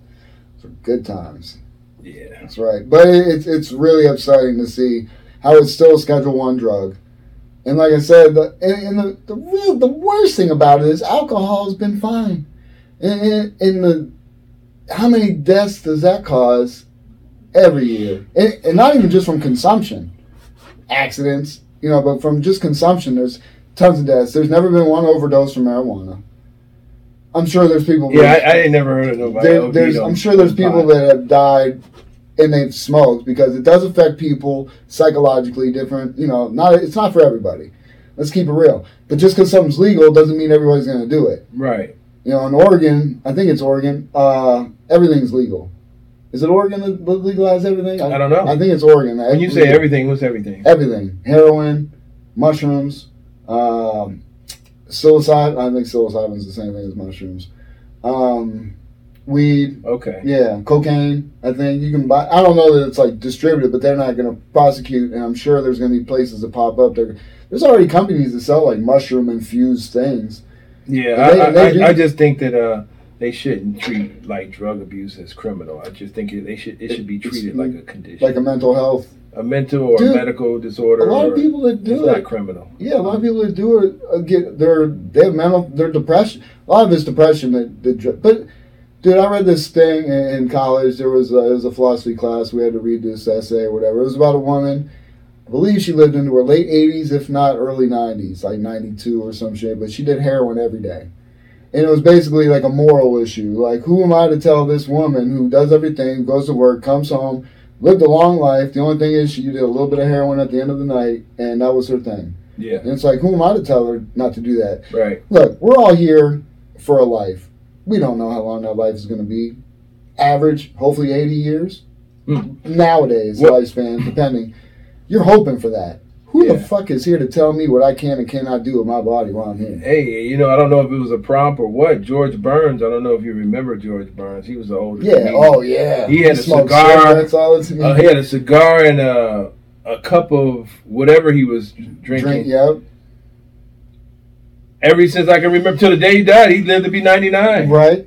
Speaker 1: for good times.
Speaker 2: yeah.
Speaker 1: That's right. But it- it's it's really upsetting to see how it's still a Schedule One drug. And like I said, the, and, and the, the real the worst thing about it is alcohol has been fine. And, and, and the how many deaths does that cause every year? And, and not even just from consumption, accidents, you know, but from just consumption, there's tons of deaths. There's never been one overdose from marijuana. I'm sure there's people.
Speaker 2: Yeah, I, I ain't never heard of nobody.
Speaker 1: There,
Speaker 2: OD'd
Speaker 1: there's,
Speaker 2: on-
Speaker 1: I'm sure there's
Speaker 2: on
Speaker 1: people
Speaker 2: pot.
Speaker 1: that have died and they've smoked because it does affect people psychologically different. You know, not it's not for everybody. Let's keep it real. But just because something's legal doesn't mean everybody's going to do it.
Speaker 2: Right.
Speaker 1: You know, in Oregon, I think it's Oregon. Uh, everything's legal. Is it Oregon that that legalized everything?
Speaker 2: I don't know.
Speaker 1: I think it's Oregon.
Speaker 2: When you say everything, what's everything?
Speaker 1: everything, heroin, mushrooms, um, psilocybin. I think psilocybin's the same thing as mushrooms. Um, weed.
Speaker 2: Okay.
Speaker 1: Yeah, cocaine. I think you can buy. I don't know that it's like distributed, but they're not going to prosecute. And I'm sure there's going to be places that pop up. There, there's already companies that sell like mushroom infused things.
Speaker 2: Yeah,
Speaker 1: They-
Speaker 2: I,
Speaker 1: they
Speaker 2: I,
Speaker 1: do-
Speaker 2: I, I just think that uh, they shouldn't treat like drug abuse as criminal. I just think it, they should it should be
Speaker 1: It's-
Speaker 2: treated like a condition,
Speaker 1: Like a mental health.
Speaker 2: a, mental or
Speaker 1: Dude,
Speaker 2: medical
Speaker 1: A
Speaker 2: disorder.
Speaker 1: lot of
Speaker 2: or-
Speaker 1: people that
Speaker 2: It's
Speaker 1: do
Speaker 2: not
Speaker 1: it.
Speaker 2: criminal.
Speaker 1: Yeah, a lot of people that do it uh, get their they have mental their depression. A lot of it's depression that, that dri- but dude, I read this thing in, in college. There was a, it was a philosophy class. We had to read this essay or whatever. It was about a woman. I believe she lived into her late 80s, if not early 90s, like 92 or some shit. But she did heroin every day, and it was basically like a moral issue. Like, who am I to tell this woman who does everything, goes to work, comes home, lived a long life? The only thing is, she did a little bit of heroin at the end of the night, and that was her thing.
Speaker 2: Yeah,
Speaker 1: And it's like, who am I to tell her not to do that?
Speaker 2: right.
Speaker 1: Look, we're all here for a life. We don't know how long that life is going to be. Average, hopefully 80 years.
Speaker 2: Hmm.
Speaker 1: Nowadays,
Speaker 2: What-
Speaker 1: lifespan, depending. You're hoping for that. Who
Speaker 2: Yeah.
Speaker 1: the fuck is here to tell me what I can and cannot do with my body while I'm here?
Speaker 2: Hey, you know, I don't know if it was a prompt or what. George Burns, I don't know if you remember George Burns. He was the older.
Speaker 1: Yeah, oh yeah.
Speaker 2: He had a
Speaker 1: smoked
Speaker 2: cigar.
Speaker 1: cigarettes all the time.
Speaker 2: Uh, he had a cigar and a a cup of whatever he was drinking.
Speaker 1: Drink, yep.
Speaker 2: Every since I can remember till the day he died, he lived to be ninety nine.
Speaker 1: Right?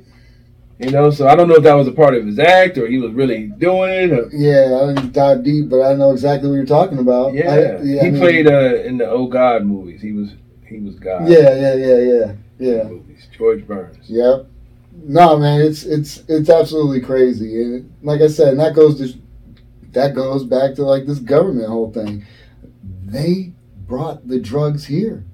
Speaker 2: You know, so I don't know if that was a part of his act or he was really doing it. Or,
Speaker 1: Yeah, I didn't dive deep, but I know exactly what you're talking about.
Speaker 2: yeah.
Speaker 1: I-
Speaker 2: he
Speaker 1: I mean-
Speaker 2: played uh, in the Oh God movies. He was he was God.
Speaker 1: Yeah, yeah, yeah, yeah, yeah.
Speaker 2: Movies. George Burns.
Speaker 1: Yep. No, man, it's it's it's absolutely crazy, and like I said, and that goes to that goes back to like this government whole thing. They brought the drugs here,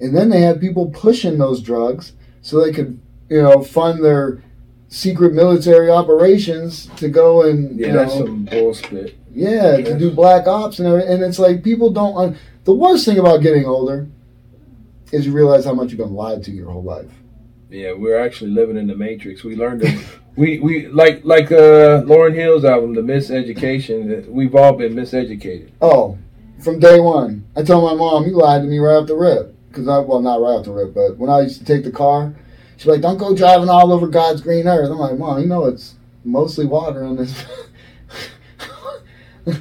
Speaker 1: and then they had people pushing those drugs so they could you know fund their secret military operations to go and
Speaker 2: Yeah,
Speaker 1: you
Speaker 2: that's
Speaker 1: know,
Speaker 2: some bull spit.
Speaker 1: yeah, to do black ops and everything. And it's like people don't. Un- the worst thing about getting older is you realize how much you've been lied to your whole life.
Speaker 2: Yeah, we're actually living in the matrix. We learned it. we we like like uh Lauren Hill's album, The Miseducation. that We've all been miseducated.
Speaker 1: Oh, from day one. I tell my mom, you lied to me right off the rip. Because I, well, not right off the rip, but when I used to take the car, she's like, don't go driving all over God's green earth. I'm like, Mom, you know it's mostly water on this.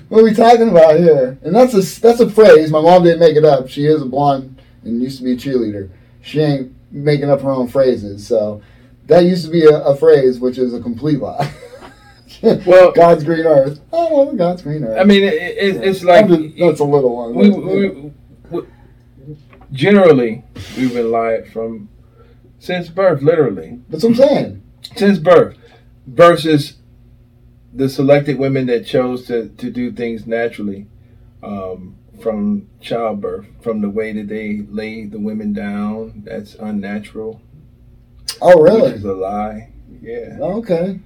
Speaker 1: what are we talking about here? And that's a, that's a phrase. My mom didn't make it up. She is a blonde and used to be a cheerleader. She ain't making up her own phrases. So that used to be a, a phrase, which is a complete lie.
Speaker 2: Well-
Speaker 1: God's green earth. Oh, well, God's green earth.
Speaker 2: I mean, it, it, it's like
Speaker 1: That's a- that's a little one.
Speaker 2: we, we, we generally we've been lied from since birth, literally
Speaker 1: that's what I'm saying.
Speaker 2: since birth, versus the selected women that chose to to do things naturally um, from childbirth, from the way that they lay the women down. That's unnatural.
Speaker 1: Oh,
Speaker 2: Which
Speaker 1: really?
Speaker 2: is a lie. Yeah.
Speaker 1: Okay.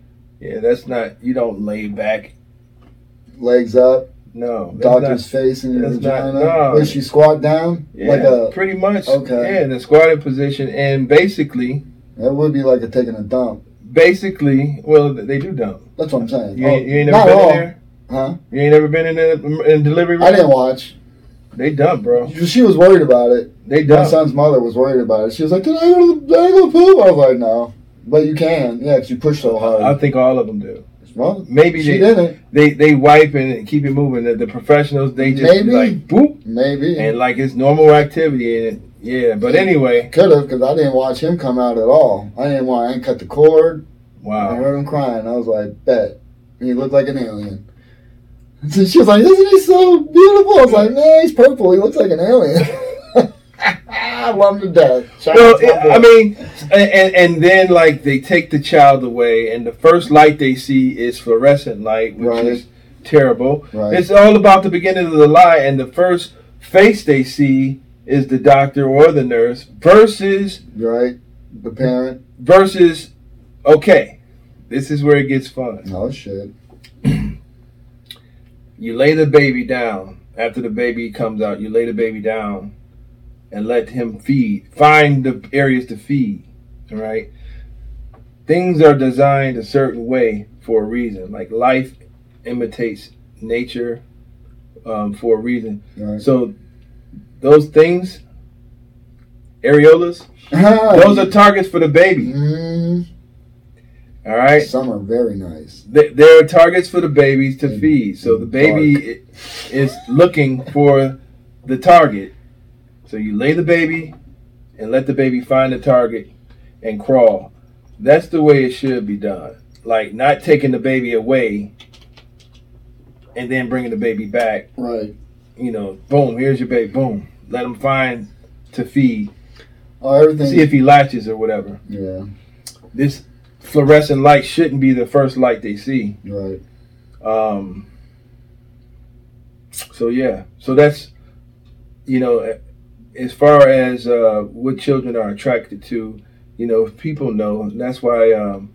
Speaker 2: Yeah, that's not, you don't lay back.
Speaker 1: Legs up,
Speaker 2: No. that's
Speaker 1: doctor's face in your
Speaker 2: that's not-
Speaker 1: vagina.
Speaker 2: no.
Speaker 1: Does she squat down?
Speaker 2: not- yeah,
Speaker 1: Like a
Speaker 2: pretty much.
Speaker 1: okay.
Speaker 2: Yeah, in the squatting position. And basically,
Speaker 1: that would be like a taking a dump.
Speaker 2: basically, well, they do dump.
Speaker 1: That's what I'm saying.
Speaker 2: You,
Speaker 1: Oh,
Speaker 2: ain't, you ain't
Speaker 1: not
Speaker 2: never been
Speaker 1: all,
Speaker 2: in there?
Speaker 1: huh?
Speaker 2: You ain't never been in a, in delivery room?
Speaker 1: I didn't watch.
Speaker 2: They dump, bro.
Speaker 1: She was worried about it.
Speaker 2: They
Speaker 1: My
Speaker 2: dump.
Speaker 1: son's mother was worried about it. She was like, "Did I go to the, did I go poop?" I was like, "No." But you can, yeah, 'cause you push so hard.
Speaker 2: I think all of them do.
Speaker 1: well,
Speaker 2: Maybe
Speaker 1: she
Speaker 2: they,
Speaker 1: didn't.
Speaker 2: they they wipe and keep it moving. The, the professionals they just
Speaker 1: Maybe.
Speaker 2: like boop
Speaker 1: Maybe
Speaker 2: and like it's normal activity. And yeah, but anyway,
Speaker 1: could have because I didn't watch him come out at all. I didn't want. I didn't cut the cord. I
Speaker 2: wow.
Speaker 1: heard him crying. I was like, bet. And he looked like an alien. So she was like, isn't he so beautiful? I was like, man, he's purple. He looks like an alien. I love him to death. Shout
Speaker 2: Well,
Speaker 1: out to my boy.
Speaker 2: I mean, and, and and then like they take the child away, and the first light they see is fluorescent light, which
Speaker 1: Right.
Speaker 2: is terrible.
Speaker 1: Right.
Speaker 2: It's all about the beginning of the lie, and the first face they see is the doctor or the nurse versus
Speaker 1: right? The parent.
Speaker 2: versus. Okay, this is where it gets fun.
Speaker 1: Oh, shit.
Speaker 2: You lay the baby down after the baby comes out. You lay the baby down and let him feed. Find the areas to feed. All right. things are designed a certain way for a reason. Like life imitates nature um, for a reason.
Speaker 1: Right.
Speaker 2: So those things, areolas, those are targets for the baby.
Speaker 1: Mm,
Speaker 2: All right.
Speaker 1: Mm-hmm. Some are very nice.
Speaker 2: Th- There are targets for the babies to
Speaker 1: And-
Speaker 2: feed. So the
Speaker 1: and
Speaker 2: baby i- is looking for the target. So you lay the baby and let the baby find the target and crawl. That's the way it should be done. Like not taking the baby away and then bringing the baby back.
Speaker 1: Right.
Speaker 2: You know, boom, here's your baby. Boom. Let him find to feed.
Speaker 1: Oh, everything.
Speaker 2: See if he latches or whatever.
Speaker 1: yeah.
Speaker 2: This fluorescent light shouldn't be the first light they see.
Speaker 1: Right.
Speaker 2: Um, so yeah, so that's you know, as far as uh, what children are attracted to, you know, if people know, and that's why um,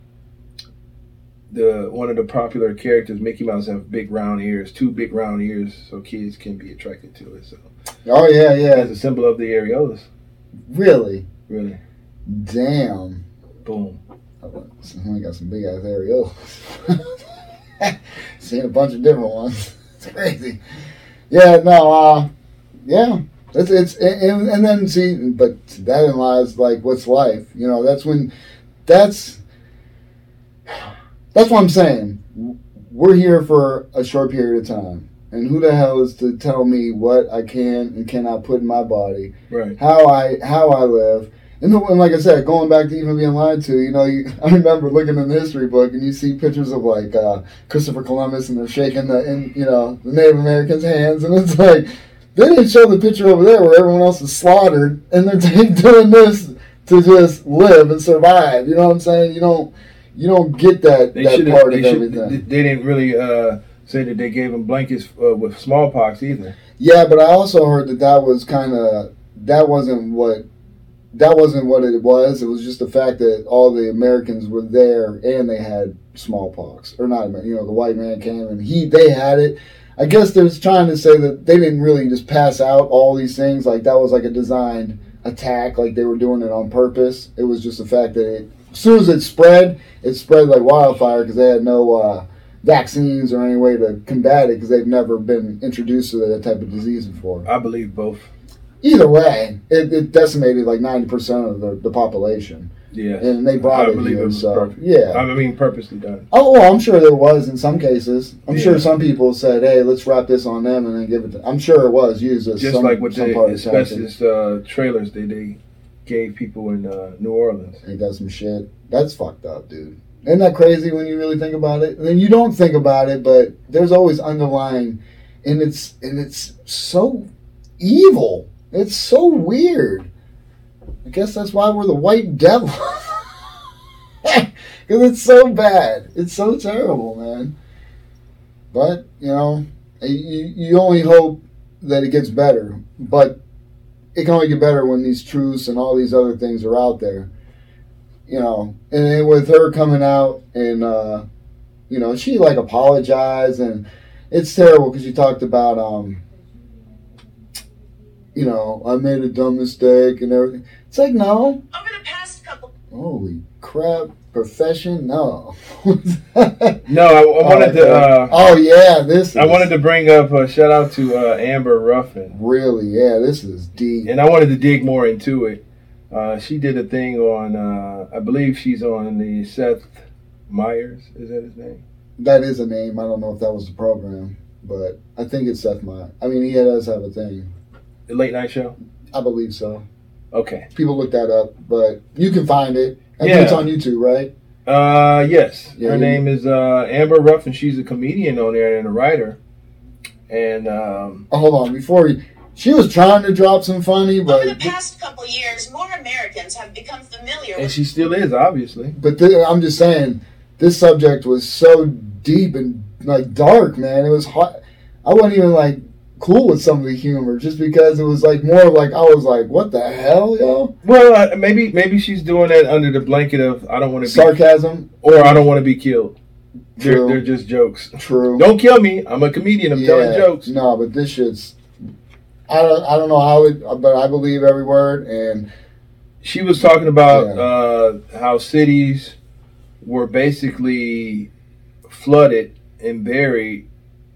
Speaker 2: the one of the popular characters, Mickey Mouse, have big round ears, two big round ears, so kids can be attracted to it. So
Speaker 1: Oh yeah,
Speaker 2: as
Speaker 1: yeah.
Speaker 2: a symbol of the areolas,
Speaker 1: Really.
Speaker 2: really,
Speaker 1: Damn.
Speaker 2: boom.
Speaker 1: Someone got some big ass areolas. Seen a bunch of different ones. It's crazy. Yeah, no, uh, yeah. It's, it's and, and then see, but that in lies like what's life? You know, that's when, that's, that's what I'm saying. We're here for a short period of time, and who the hell is to tell me what I can and cannot put in my body?
Speaker 2: Right,
Speaker 1: how I how I live. And, the, and like I said, going back to even being lied to, you know, you, I remember looking in the history book and you see pictures of like uh, Christopher Columbus and they're shaking the, in, you know, the Native Americans' hands, and it's like they didn't show the picture over there where everyone else is slaughtered and they're doing this to just live and survive. You know what I'm saying? You don't you don't get that
Speaker 2: they
Speaker 1: that
Speaker 2: should
Speaker 1: part
Speaker 2: they
Speaker 1: of
Speaker 2: should
Speaker 1: everything.
Speaker 2: they didn't really uh, say that they gave them blankets uh, with smallpox either.
Speaker 1: Yeah, but I also heard that that was kind of that wasn't what that wasn't what it was. It was just the fact that all the Americans were there and they had smallpox, or not? You know, the white man came and he they had it. I guess they're trying to say that they didn't really just pass out all these things. Like that was like a designed attack. Like they were doing it on purpose. It was just the fact that it, as soon as it spread, it spread like wildfire because they had no. Uh, vaccines or any way to combat it because they've never been introduced to that type of disease before.
Speaker 2: I believe both.
Speaker 1: Either way, it, it decimated like 90% of the, the population.
Speaker 2: Yeah.
Speaker 1: And they brought
Speaker 2: I
Speaker 1: it
Speaker 2: believe it
Speaker 1: here,
Speaker 2: was
Speaker 1: so,
Speaker 2: perfect.
Speaker 1: yeah.
Speaker 2: I mean, purposely done.
Speaker 1: Oh, well, I'm sure there was in some cases. I'm
Speaker 2: Yeah.
Speaker 1: sure some people said, hey, let's wrap this on them and then give it to I'm sure it was used as
Speaker 2: Just
Speaker 1: some,
Speaker 2: like with
Speaker 1: some
Speaker 2: the
Speaker 1: part of the tactic.
Speaker 2: asbestos uh, trailers that they gave people in uh, New Orleans.
Speaker 1: They got some shit. That's fucked up, dude. Isn't that crazy when you really think about it? And then you don't think about it, but there's always underlying, and it's and it's so evil. It's so weird. I guess that's why we're the white devil. Because it's so bad. It's so terrible, man. But you know, you, you only hope that it gets better. But it can only get better when these truths and all these other things are out there you know, and then with her coming out and uh, you know, she like apologized and it's terrible because you talked about um, you know, I made a dumb mistake and everything. It's like no,
Speaker 3: Over the past couple
Speaker 1: holy crap, profession, no.
Speaker 2: No, I, I wanted to. Uh,
Speaker 1: oh yeah, this. Is
Speaker 2: I wanted to bring up a shout out to uh, Amber Ruffin,
Speaker 1: really, yeah, this is deep.
Speaker 2: and I wanted to dig more into it. Uh, she did a thing on, uh, I believe she's on the Seth Myers. Is that his name?
Speaker 1: That is a name. I don't know if that was the program, but I think it's Seth Meyers. I mean, he does have a thing.
Speaker 2: The late night show.
Speaker 1: I believe so.
Speaker 2: Okay.
Speaker 1: people look that up, but you can find it. I think
Speaker 2: Yeah.
Speaker 1: it's on YouTube, right?
Speaker 2: Uh, yes.
Speaker 1: Yeah,
Speaker 2: Her
Speaker 1: you-
Speaker 2: name is uh, Amber Ruffin. She's a comedian on there and a writer. And um,
Speaker 1: Oh, hold on, before you, she was trying to drop some funny,
Speaker 3: over the
Speaker 1: but
Speaker 3: past couple years, more Americans have become familiar
Speaker 2: and
Speaker 3: with
Speaker 2: she still is obviously
Speaker 1: but th- I'm just saying this subject was so deep and like dark, man. It was hot. I wasn't even like cool with some of the humor just because it was like more of like I was like, what the hell, yo?
Speaker 2: well uh, maybe maybe she's doing that under the blanket of i don't want to be
Speaker 1: Sarcasm,
Speaker 2: or i don't want to be killed they're,
Speaker 1: True.
Speaker 2: they're just jokes
Speaker 1: true.
Speaker 2: don't kill me i'm a comedian i'm telling jokes
Speaker 1: No, but this shit's. I don't, I don't know how it, but I believe every word, and
Speaker 2: she was talking about
Speaker 1: Yeah.
Speaker 2: uh, how cities were basically flooded and buried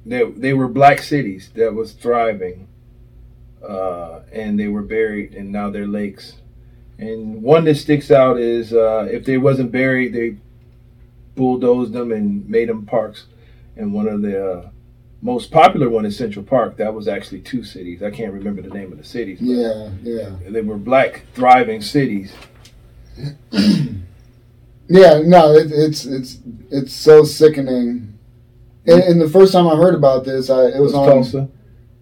Speaker 2: they, they were black cities that was thriving uh, and they were buried and now they're lakes and one that sticks out is uh, if they wasn't buried they bulldozed them and made them parks. And one of the uh, most popular one is Central Park. That was actually two cities. I can't remember the name of the cities. but
Speaker 1: Yeah, yeah.
Speaker 2: They were black thriving cities.
Speaker 1: Yeah, no, it, it's it's it's so sickening. And, and the first time I heard about this, I it was, on
Speaker 2: Tulsa,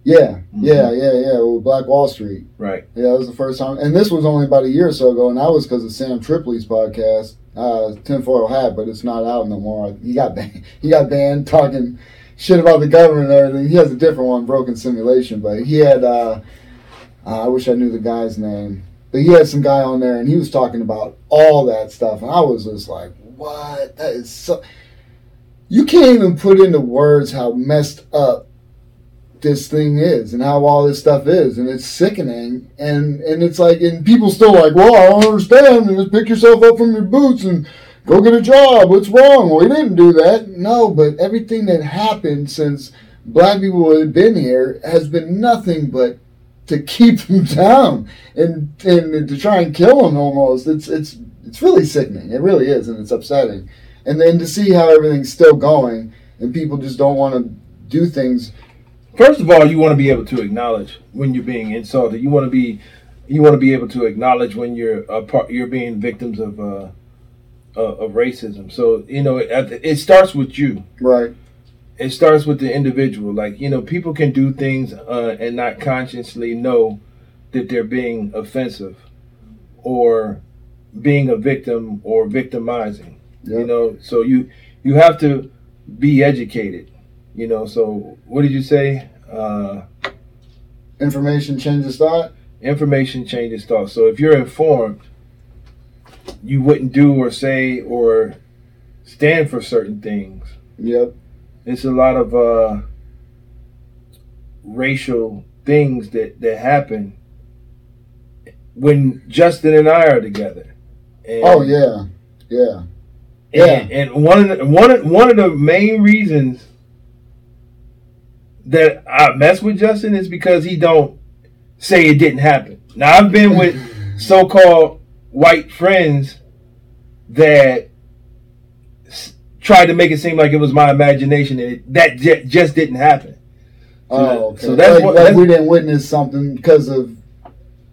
Speaker 1: yeah, yeah, yeah, yeah, with Black Wall Street.
Speaker 2: right?
Speaker 1: Yeah, that was the first time, and this was only about a year or so ago, and that was because of Sam Tripley's podcast, uh, Tinfoil Hat, but it's not out no more. He got banned. He got banned talking shit about the government and everything. He has a different one, Broken Simulation, but he had. Uh, uh, I wish I knew the guy's name, but he had some guy on there, and he was talking about all that stuff, and I was just like, "What? That is so." You can't even put into words how messed up this thing is and how all this stuff is and it's sickening and and it's like and people still like well i don't understand and just pick yourself up from your boots and go get a job what's wrong well he didn't do that no but everything that happened since black people have been here has been nothing but to keep them down and and to try and kill them almost it's it's it's really sickening it really is and it's upsetting and then to see how everything's still going and people just don't want to do things
Speaker 2: First of all, you want to be able to acknowledge when you're being insulted. You want to be, you want to be able to acknowledge when you're a part, you're being victims of uh, uh, of racism. So you know, it, it starts with you.
Speaker 1: Right.
Speaker 2: It starts with the individual. Like you know, people can do things uh, and not consciously know that they're being offensive, or being a victim or victimizing.
Speaker 1: Yeah.
Speaker 2: you know so you you have to be educated you know so what did you say uh
Speaker 1: Information changes thought.
Speaker 2: information changes thoughts so if you're informed you wouldn't do or say or stand for certain things
Speaker 1: Yep.
Speaker 2: it's a lot of uh racial things that that happen when justin and i are together and
Speaker 1: Oh yeah. Yeah. Yeah.
Speaker 2: And, and one of the, one of, one of the main reasons that I mess with Justin is because he don't say it didn't happen. Now I've been with so-called white friends that s- tried to make it seem like it was my imagination and it, that j- just didn't happen.
Speaker 1: Oh, okay.
Speaker 2: so that's
Speaker 1: like,
Speaker 2: what-
Speaker 1: like
Speaker 2: that's-
Speaker 1: we didn't witness something because of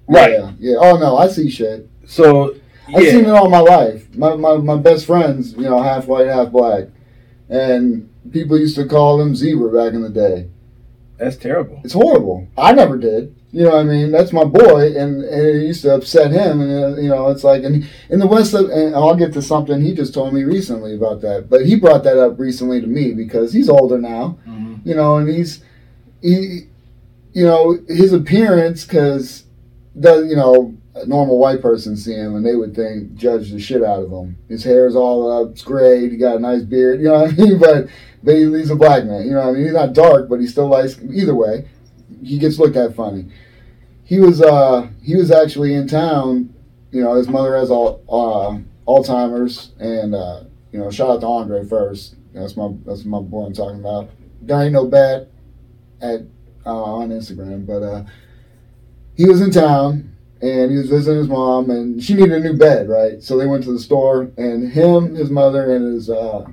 Speaker 2: Right.
Speaker 1: Yeah, yeah. Oh no, I see shit.
Speaker 2: So
Speaker 1: I've seen it
Speaker 2: yeah,
Speaker 1: all my life. My, my my best friends, you know, half white, half black, and people used to call them zebra back in the day.
Speaker 2: that's terrible.
Speaker 1: It's horrible. I never did. You know, what I mean, that's my boy, and, and it used to upset him. And uh, you know, it's like, and in the West, of, and I'll get to something he just told me recently about that. But he brought that up recently to me because he's older now, you know, and he's he, you know, his appearance because does you know a normal white person see him and they would think judge the shit out of him. His hair's all up, it's great. He got a nice beard, you know what I mean? But but he, he's a black man, you know what I mean? He's not dark, but he's still light. Either way, he gets looked at funny. He was uh he was actually in town. You know, his mother has all uh, Alzheimer's, and uh, you know, shout out to Andre first. That's my that's my boy I'm talking about. There ain't no bad at uh, on Instagram, but uh, he was in town and he was visiting his mom, and she needed a new bed, right? So they went to the store, and him, his mother, and his uh,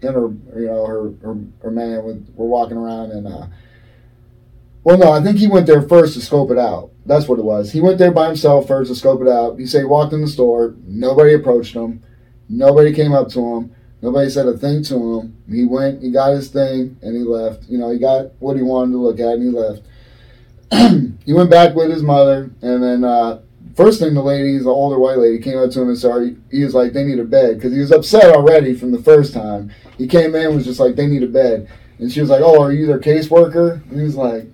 Speaker 1: and her, you know, her her, her man with, were walking around, and uh, well, no, I think he went there first to scope it out. That's what it was. He went there by himself first to scope it out. He said he walked in the store, nobody approached him, nobody came up to him. Nobody said a thing to him. He went, he got his thing, and he left. You know, he got what he wanted to look at, and he left. he went back with his mother, and then uh, first thing the lady, he's an older white lady, came up to him and sorry. He was like, "They need a bed," because he was upset already from the first time. He came in was just like, "They need a bed," and she was like, "Oh, are you their caseworker?" And he was like,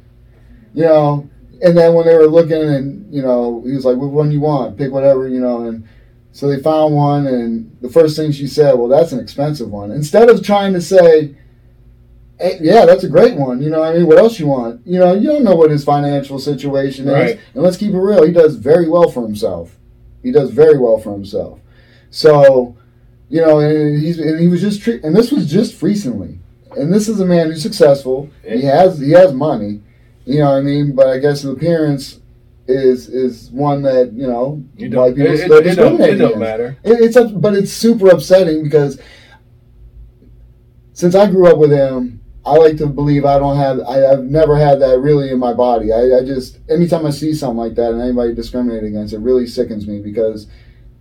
Speaker 1: you know. And then when they were looking, and you know, he was like, "What one you want? Pick whatever," you know, and so they found one, and the first thing she said, "Well, that's an expensive one." Instead of trying to say, "Hey, "Yeah, that's a great one," you know, what I mean, what else you want? You know, you don't know what his financial situation is,
Speaker 2: Right.
Speaker 1: and let's keep it real. He does very well for himself. He does very well for himself. So, you know, and he's and he was just treat, and this was just recently, and this is a man who's successful. He has he has money, you know what I mean. But I guess his appearance is is one that you know
Speaker 2: You don't, it, it,
Speaker 1: still
Speaker 2: it don't,
Speaker 1: discriminate
Speaker 2: it don't
Speaker 1: against.
Speaker 2: matter.
Speaker 1: It, it's up, but it's super upsetting because since I grew up with him, I like to believe I don't have, I, I've never had that really in my body. I, I just, anytime I see something like that and anybody discriminate against it, really sickens me because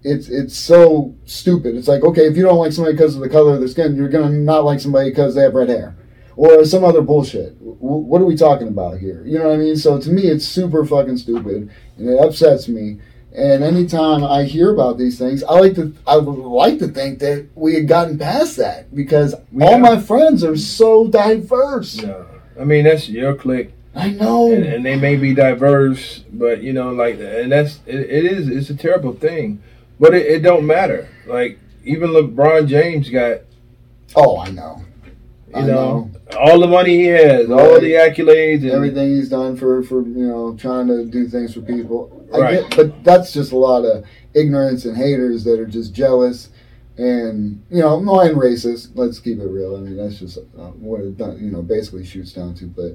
Speaker 1: it's it's so stupid. It's like, okay, if you don't like somebody because of the color of their skin, you're going to not like somebody because they have red hair or some other bullshit. W- what are we talking about here? You know what I mean? So to me, it's super fucking stupid and it upsets me. And anytime I hear about these things, I like to I would like to think that we had gotten past that because
Speaker 2: We
Speaker 1: all
Speaker 2: have.
Speaker 1: my friends are so diverse.
Speaker 2: No, I mean that's your clique,
Speaker 1: I know.
Speaker 2: and, and they may be diverse, but you know, like, and that's it, it is it's a terrible thing, but it, it don't matter. Like even LeBron James got
Speaker 1: oh, I know.
Speaker 2: you
Speaker 1: I
Speaker 2: know, all the money he has, all
Speaker 1: Right.
Speaker 2: the accolades, and
Speaker 1: everything he's done for for you know trying to do things for people. I
Speaker 2: Right.
Speaker 1: get, but that's just a lot of ignorance and haters that are just jealous. And you know, no, I'm racist. Let's keep it real. I mean, that's just uh, what it done, you know basically shoots down to. But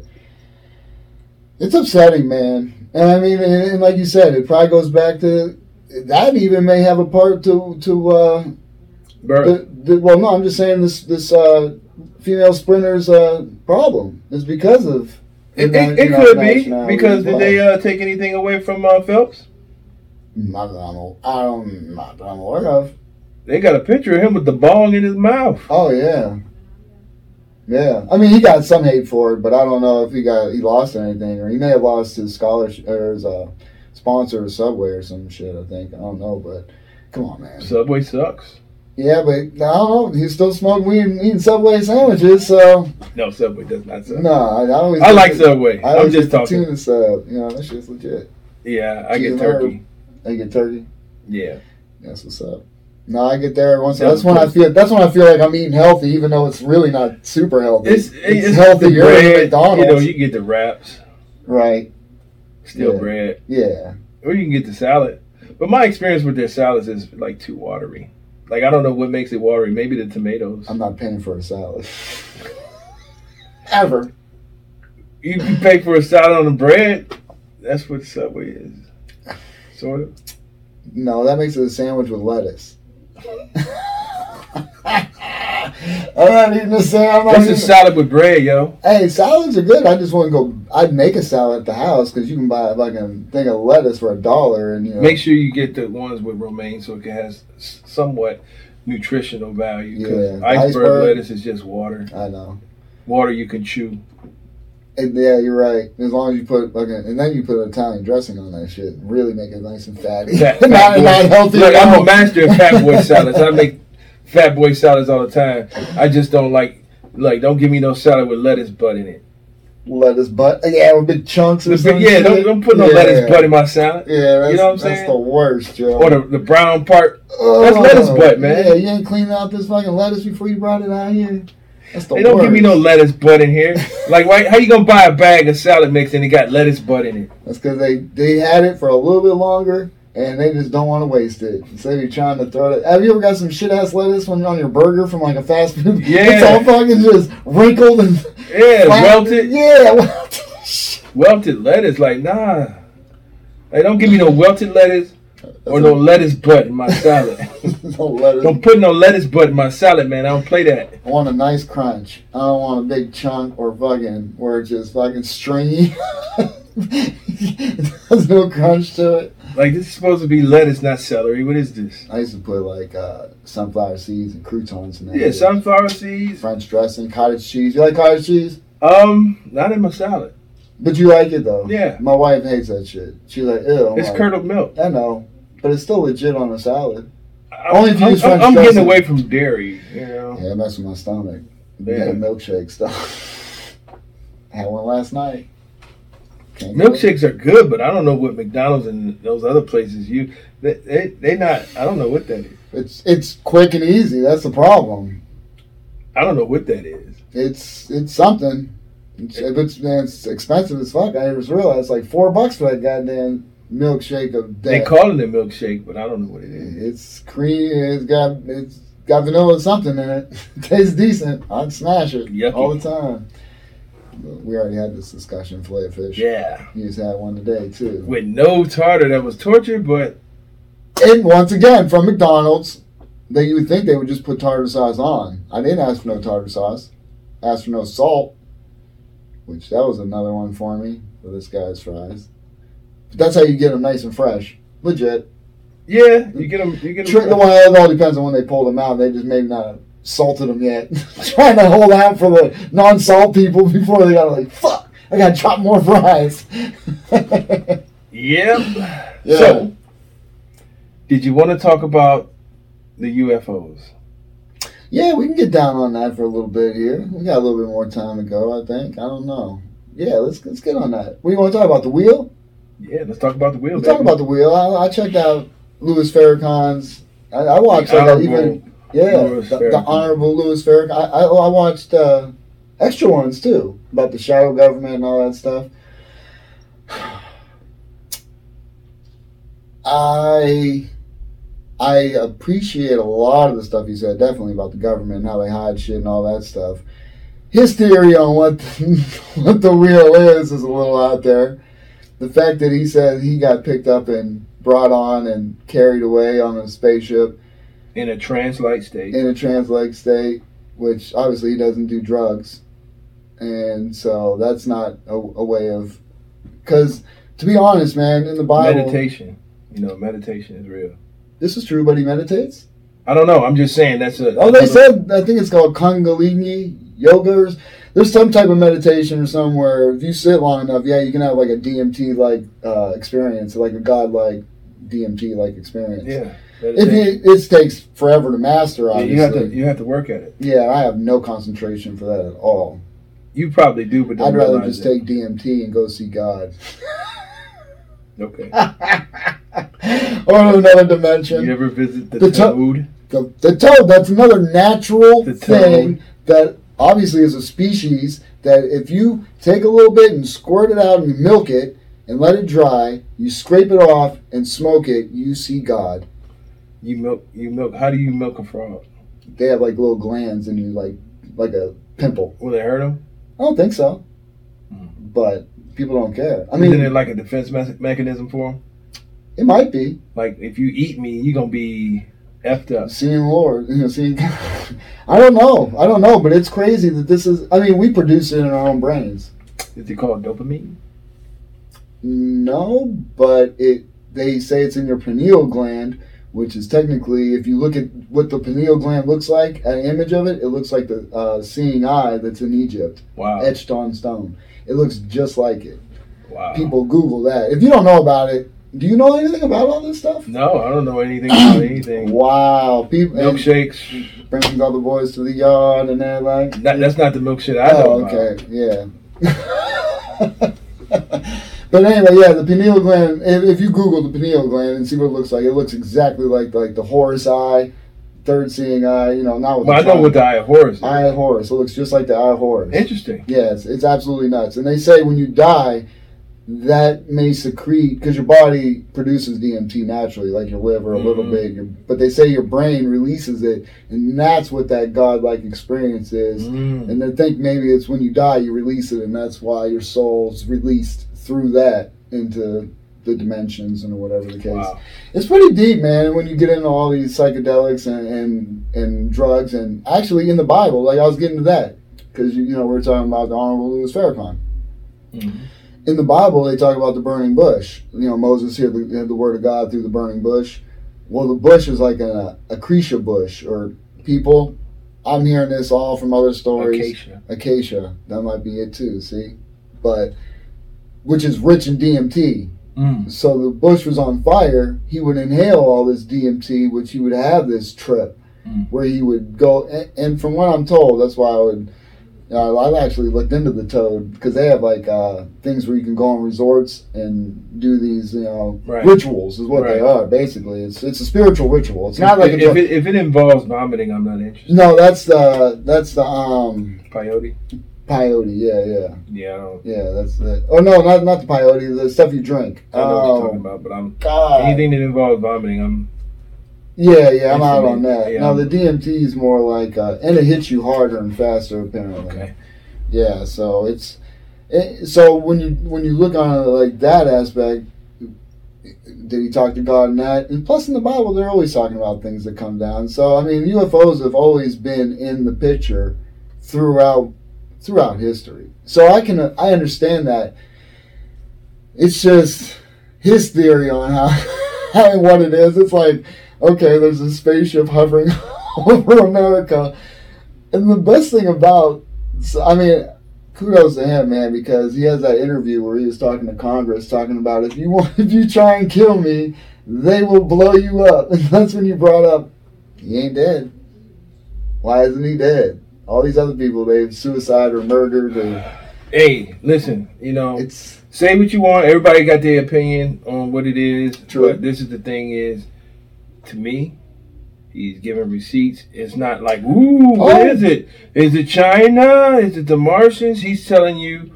Speaker 1: it's upsetting, man. And I mean, and, and like you said, it probably goes back to that. Even may have a part to to uh, the,
Speaker 2: birth.
Speaker 1: the, well, no, I'm just saying this this uh, female sprinter's uh, problem is because of
Speaker 2: It,
Speaker 1: the
Speaker 2: it, it
Speaker 1: na-
Speaker 2: could
Speaker 1: nationality
Speaker 2: be because
Speaker 1: as
Speaker 2: did
Speaker 1: well.
Speaker 2: they uh, take anything away from uh, Phelps?
Speaker 1: Not that I'm aw- I don't not that I'm aware of.
Speaker 2: They got a picture of him with the bong in his mouth.
Speaker 1: Oh yeah, yeah. I mean, he got some hate for it, but I don't know if he got he lost anything or he may have lost his scholarship or his uh, sponsor, Subway or some shit. I think I don't know, but come on, man.
Speaker 2: Subway sucks.
Speaker 1: yeah, but I don't know. He's still smoking weed and eating Subway sandwiches, so
Speaker 2: No, Subway does not suck.
Speaker 1: no. I, I always
Speaker 2: I like Subway.
Speaker 1: I
Speaker 2: I'm
Speaker 1: always
Speaker 2: just
Speaker 1: get the
Speaker 2: talking.
Speaker 1: Tuna sub, you know that shit's legit.
Speaker 2: Yeah, I
Speaker 1: Chicken
Speaker 2: get
Speaker 1: herb.
Speaker 2: turkey.
Speaker 1: I get turkey.
Speaker 2: Yeah,
Speaker 1: That's what's up. No, I get there every once.
Speaker 2: Yeah,
Speaker 1: that's when I
Speaker 2: of
Speaker 1: feel. That's when I feel like I'm eating healthy, even though it's really not super healthy.
Speaker 2: it's it's, it's
Speaker 1: healthier than
Speaker 2: healthy bread. You know,
Speaker 1: McDonald's,
Speaker 2: you get the wraps,
Speaker 1: right?
Speaker 2: still
Speaker 1: Yeah.
Speaker 2: bread,
Speaker 1: Yeah,
Speaker 2: or you can get the salad. But my experience with their salads is like too watery. Like I don't know what makes it watery. Maybe the tomatoes.
Speaker 1: I'm not paying for a salad ever.
Speaker 2: You, you pay for a salad on the bread. That's what Subway is, sort of.
Speaker 1: No, that makes it a sandwich with lettuce. I'm not eating a sandwich. I'm not
Speaker 2: What's a
Speaker 1: eating-
Speaker 2: salad with bread, yo?
Speaker 1: Hey, salads are good. I just want to go. I'd make a salad at the house because you can buy a fucking thing of lettuce for a dollar, and you know,
Speaker 2: Make sure you get the ones with romaine so it can has s- somewhat nutritional value. Because
Speaker 1: Yeah,
Speaker 2: iceberg,
Speaker 1: iceberg.
Speaker 2: lettuce is just water,
Speaker 1: I know.
Speaker 2: water you can chew.
Speaker 1: And yeah, you're right. As long as you put like, a- and then you put Italian dressing on that shit, really make it nice and fatty.
Speaker 2: Fat-
Speaker 1: not,
Speaker 2: fat boy.
Speaker 1: not healthy.
Speaker 2: Look,
Speaker 1: at
Speaker 2: I'm
Speaker 1: all.
Speaker 2: a master of fat boy salads. I make fat boy salads all the time. I just don't like like don't give me no salad with lettuce butt in it.
Speaker 1: lettuce butt. uh, Yeah, with big chunks. Or
Speaker 2: But
Speaker 1: some
Speaker 2: yeah,
Speaker 1: shit.
Speaker 2: don't, don't put no
Speaker 1: Yeah.
Speaker 2: lettuce butt in my salad.
Speaker 1: Yeah, that's,
Speaker 2: know what I'm
Speaker 1: that's
Speaker 2: saying?
Speaker 1: the worst, Joe.
Speaker 2: Or the, the brown part. that's lettuce butt, man.
Speaker 1: Yeah, you ain't cleaned out this fucking lettuce before you brought it out here. That's the
Speaker 2: They
Speaker 1: worst.
Speaker 2: don't give me no lettuce butt in here. Like, why, how you gonna buy a bag of salad mix and it got lettuce butt in it?
Speaker 1: That's because they they had it for a little bit longer. And they just don't want to waste it. So you're trying to throw it. Have you ever got some shit ass lettuce when you're on your burger from like a fast food?
Speaker 2: Yeah.
Speaker 1: it's all fucking just wrinkled and
Speaker 2: Yeah,
Speaker 1: Flat-
Speaker 2: welted,
Speaker 1: Yeah, welted. Shit.
Speaker 2: welted lettuce. Like, nah. Like, don't give me no welted lettuce or no lettuce butt in my salad.
Speaker 1: no lettuce.
Speaker 2: don't put no lettuce butt in my salad, man. I don't play that.
Speaker 1: I want a nice crunch. I don't want a big chunk or fucking where it's just fucking stringy. There's no crunch to it.
Speaker 2: Like, this is supposed to be lettuce, not celery. What is this?
Speaker 1: I used to put like uh, sunflower seeds and croutons in there.
Speaker 2: Yeah, sunflower seeds.
Speaker 1: French dressing, cottage cheese. You like cottage cheese?
Speaker 2: Um, not in my salad.
Speaker 1: But you like it though.
Speaker 2: Yeah.
Speaker 1: My wife hates that shit. She's like, ew. I'm
Speaker 2: It's
Speaker 1: like,
Speaker 2: curdled milk.
Speaker 1: I know, but it's still legit on a salad.
Speaker 2: I'm,
Speaker 1: Only if you
Speaker 2: I'm-
Speaker 1: use
Speaker 2: I'm-
Speaker 1: French
Speaker 2: I'm getting
Speaker 1: dressing.
Speaker 2: away from dairy, you know.
Speaker 1: Yeah, it messed with my stomach.
Speaker 2: Oh. Yeah.
Speaker 1: Yeah, milkshake stuff. Had one last night. Can't get it.
Speaker 2: Milkshakes are good, but I don't know what McDonald's and those other places you they they, they not. I don't know what that is.
Speaker 1: It's it's quick and easy. That's the problem.
Speaker 2: I don't know what that is.
Speaker 1: It's it's something. It's, if it's man, it's expensive as fuck. I just realized like four bucks for that goddamn milkshake of
Speaker 2: They
Speaker 1: death.
Speaker 2: call it a milkshake, but I don't know what it is.
Speaker 1: it's cream. It's got it's got vanilla something in it. Tastes decent. I'd smash it
Speaker 2: Yucky.
Speaker 1: all the time. But we already had this discussion. Fillet of fish.
Speaker 2: Yeah,
Speaker 1: You just had one today too.
Speaker 2: with no tartar, that was torture. But
Speaker 1: And once again from McDonald's, that you would think they would just put tartar sauce on. I didn't ask for no tartar sauce. asked for no salt, which that was another one for me for this guy's fries. But that's how you get them nice and fresh, legit.
Speaker 2: Yeah, you get them. You get them.
Speaker 1: Tri- the one it all depends on when they pulled them out. They just maybe not salted them yet. Trying to hold out for the non-salt people before they got like fuck. I gotta chop more fries.
Speaker 2: Yep.
Speaker 1: Yeah.
Speaker 2: So, did you want to talk about the UFOs?
Speaker 1: Yeah, we can get down on that for a little bit here. We got a little bit more time to go, I think. I don't know. Yeah, let's let's get on that. We want to talk about the wheel.
Speaker 2: Yeah, let's talk about the wheel.
Speaker 1: We'll talk
Speaker 2: baby.
Speaker 1: about the wheel. I, I checked out Louis Farrakhan's. I, I watched
Speaker 2: The
Speaker 1: like, I
Speaker 2: honorable
Speaker 1: even yeah
Speaker 2: Louis
Speaker 1: the, the
Speaker 2: Farrakhan.
Speaker 1: honorable Louis Farrakhan. I, I, I watched uh, extra ones too about the shadow government and all that stuff. I I appreciate a lot of the stuff he said, definitely about the government and how they hide shit and all that stuff. His theory on what the, what the wheel is is a little out there. The fact that he said he got picked up and brought on and carried away on a spaceship
Speaker 2: in a trance-like state.
Speaker 1: in a trans leg state, which obviously he doesn't do drugs, and so that's not a, a way of. Because to be honest, man, in the Bible,
Speaker 2: meditation. You know, meditation is real.
Speaker 1: this is true, but he meditates.
Speaker 2: I don't know. I'm just saying that's a.
Speaker 1: Oh, they said I think it's called Kundalini yoga. or s- There's some type of meditation or somewhere. If you sit long enough, yeah, you can have like a DMT like uh, experience, like a god like DMT like experience.
Speaker 2: Yeah.
Speaker 1: If
Speaker 2: meditation.
Speaker 1: you, it takes forever to master,
Speaker 2: Yeah,
Speaker 1: obviously.
Speaker 2: you have to you have to work at it.
Speaker 1: yeah, I have no concentration for that at all.
Speaker 2: You probably do, but don't
Speaker 1: I'd rather
Speaker 2: realize
Speaker 1: just
Speaker 2: it.
Speaker 1: take DMT and go see God.
Speaker 2: Okay.
Speaker 1: or Oh, another
Speaker 2: You
Speaker 1: dimension.
Speaker 2: ever visit the,
Speaker 1: The to-
Speaker 2: toad?
Speaker 1: The, the toad, that's another natural
Speaker 2: The
Speaker 1: thing that obviously is a species that if you take a little bit and squirt it out and you milk it and let it dry, you scrape it off and smoke it, you see God.
Speaker 2: You milk. You milk. How do you milk a frog?
Speaker 1: They have like little glands and you like like a pimple.
Speaker 2: Will it hurt him?
Speaker 1: I don't think so.
Speaker 2: Hmm.
Speaker 1: But people don't care. I
Speaker 2: Isn't it
Speaker 1: mean,
Speaker 2: like a defense me- mechanism for him?
Speaker 1: it might be.
Speaker 2: Like if you eat me, you gonna be effed up.
Speaker 1: seeing Lord, you know, seeing. I don't know, I don't know, but it's crazy that this is. I mean, we produce it in our own brains.
Speaker 2: Is it called dopamine?
Speaker 1: No, but it. They say it's in your pineal gland, which is technically, if you look at what the pineal gland looks like, an image of it, it looks like the uh, seeing eye that's in Egypt,
Speaker 2: Wow.
Speaker 1: etched on stone. It looks just like it.
Speaker 2: wow.
Speaker 1: People Google that. If you don't know about it, do you know anything about all this stuff?
Speaker 2: No, I don't know anything about anything.
Speaker 1: Wow, people and
Speaker 2: Milkshakes.
Speaker 1: brings all the boys to the yard, and they're like,
Speaker 2: That, that's not the milkshake I know
Speaker 1: Oh,
Speaker 2: about.
Speaker 1: okay, yeah. but anyway, yeah, the pineal gland. If, if you Google the pineal gland and see what it looks like, it looks exactly like like the Horus eye, third seeing eye. You know, not with
Speaker 2: Well, I
Speaker 1: the
Speaker 2: know what the
Speaker 1: triangle.
Speaker 2: eye of Horus is.
Speaker 1: eye of Horus. It looks just like the eye of Horus.
Speaker 2: Interesting.
Speaker 1: Yeah, it's, it's absolutely nuts. And they say when you die, that may secrete because your body produces DMT naturally, like your liver a little
Speaker 2: Mhm.
Speaker 1: bit. Your, but they say your brain releases it, and that's what that godlike experience is.
Speaker 2: Mm.
Speaker 1: And they think maybe it's when you die you release it, and that's why your soul's released through that into the dimensions and whatever the case.
Speaker 2: Wow.
Speaker 1: It's pretty deep, man. When you get into all these psychedelics and and, and drugs, and actually in the Bible, like I was getting to that because you, you know we're talking about the Honorable Louis Farrakhan.
Speaker 2: Mhm.
Speaker 1: In the Bible, they talk about the burning bush. You know, Moses heard the, heard the word of God through the burning bush. Well, the bush is like an acacia bush or people. I'm hearing this all from other stories
Speaker 2: Acacia.
Speaker 1: acacia. That might be it too. See, but which is rich in DMT.
Speaker 2: Mm.
Speaker 1: So the bush was on fire. He would inhale all this DMT, which he would have this trip
Speaker 2: Mm.
Speaker 1: where he would go. And, and from what I'm told, that's why I would. Uh, I've actually looked into the toad because they have like uh, things where you can go on resorts and do these, you know,
Speaker 2: Right.
Speaker 1: rituals is what they
Speaker 2: Right.
Speaker 1: are. Basically, it's it's a spiritual ritual. It's not like a
Speaker 2: if, if, it, if it involves vomiting, I'm not interested.
Speaker 1: no. That's the that's the um
Speaker 2: Peyote?
Speaker 1: peyote. Yeah, yeah.
Speaker 2: Yeah, I don't.
Speaker 1: Yeah, that's it. Oh no, not not the peyote, the stuff you drink.
Speaker 2: I don't know what
Speaker 1: oh
Speaker 2: you're talking about, but I'm
Speaker 1: God.
Speaker 2: anything that involves vomiting, I'm
Speaker 1: yeah, yeah, I'm
Speaker 2: It's
Speaker 1: out
Speaker 2: a-
Speaker 1: on that.
Speaker 2: yeah. um,
Speaker 1: No, the DMT is more like, uh, and it hits you harder and faster apparently.
Speaker 2: okay.
Speaker 1: Yeah, so it's, it, so when you when you look on it like that aspect, did he talk to God in that? And plus, in the Bible, they're always talking about things that come down. So I mean, UFOs have always been in the picture throughout throughout history. So I can I understand that. It's just his theory on how, how and what it is. It's like okay, there's a spaceship hovering over America, and the best thing about so, I mean. Kudos to him, man, because he has that interview where he was talking to Congress, talking about if you want, if you try and kill me, they will blow you up. And that's when you brought up he ain't dead. Why isn't he dead? All these other people they've suicide or murdered or
Speaker 2: Hey, listen, you know,
Speaker 1: it's
Speaker 2: say what you want. Everybody got their opinion on what it is.
Speaker 1: True.
Speaker 2: But this is the thing is, to me, he's giving receipts. It's not like, ooh, what
Speaker 1: Oh.
Speaker 2: is it? Is it China? Is it the Martians? He's telling you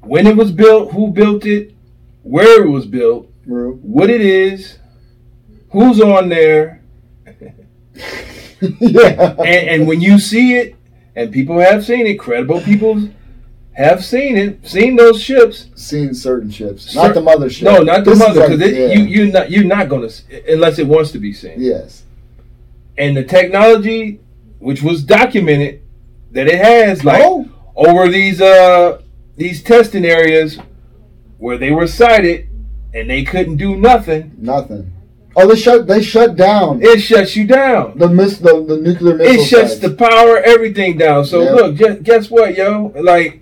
Speaker 2: when it was built, who built it, where it was built,
Speaker 1: true.
Speaker 2: what it is, who's on there,
Speaker 1: yeah.
Speaker 2: and, and when you see it, and people have seen it, credible people have seen it, seen those ships.
Speaker 1: Seen certain ships.
Speaker 2: Cer-
Speaker 1: Not the mother ship.
Speaker 2: No, not the
Speaker 1: This is
Speaker 2: mother,
Speaker 1: like-
Speaker 2: because
Speaker 1: yeah.
Speaker 2: you you're not you're not gonna s- unless it wants to be seen.
Speaker 1: Yes.
Speaker 2: And the technology, which was documented, that it has like
Speaker 1: Oh.
Speaker 2: over these uh these testing areas where they were sighted and they couldn't do nothing,
Speaker 1: Nothing. Oh they shut they shut down
Speaker 2: it shuts you down.
Speaker 1: the miss the, the nuclear missile.
Speaker 2: it shuts
Speaker 1: sites.
Speaker 2: the power everything down. So
Speaker 1: Yeah.
Speaker 2: look, guess, guess what, yo? Like,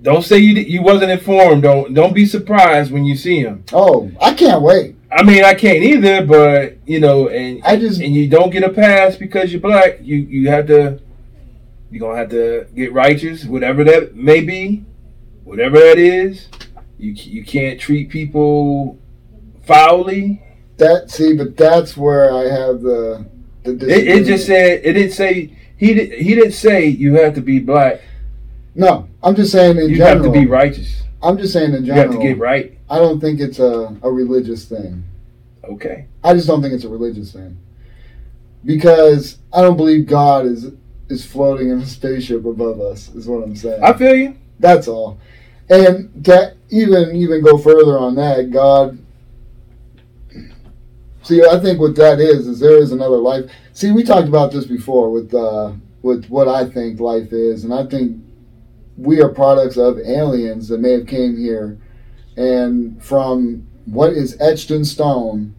Speaker 2: don't say you di- you wasn't informed. Don't don't be surprised when you see him.
Speaker 1: Oh, I can't wait.
Speaker 2: I mean, I can't either, but you know, and
Speaker 1: I just-
Speaker 2: and you don't get a pass because you're black. You you have to you're gonna have to get righteous, whatever that may be, whatever that is. You c- you can't treat people foully.
Speaker 1: That see, but that's where I have the the
Speaker 2: It, it just said it didn't say he did, he didn't say you have to be black.
Speaker 1: No, I'm just saying in
Speaker 2: you
Speaker 1: general.
Speaker 2: have to be righteous.
Speaker 1: I'm just saying in
Speaker 2: You
Speaker 1: general.
Speaker 2: have to get right.
Speaker 1: I don't think it's a, a religious thing.
Speaker 2: Okay.
Speaker 1: I just don't think it's a religious thing because I don't believe God is is floating in a spaceship above us. Is what I'm saying.
Speaker 2: I feel you.
Speaker 1: That's all. And to even even go further on that, God. See, I think what that is is there is another life. See, we talked about this before with uh, with what I think life is, and I think we are products of aliens that may have came here, and from what is etched in stone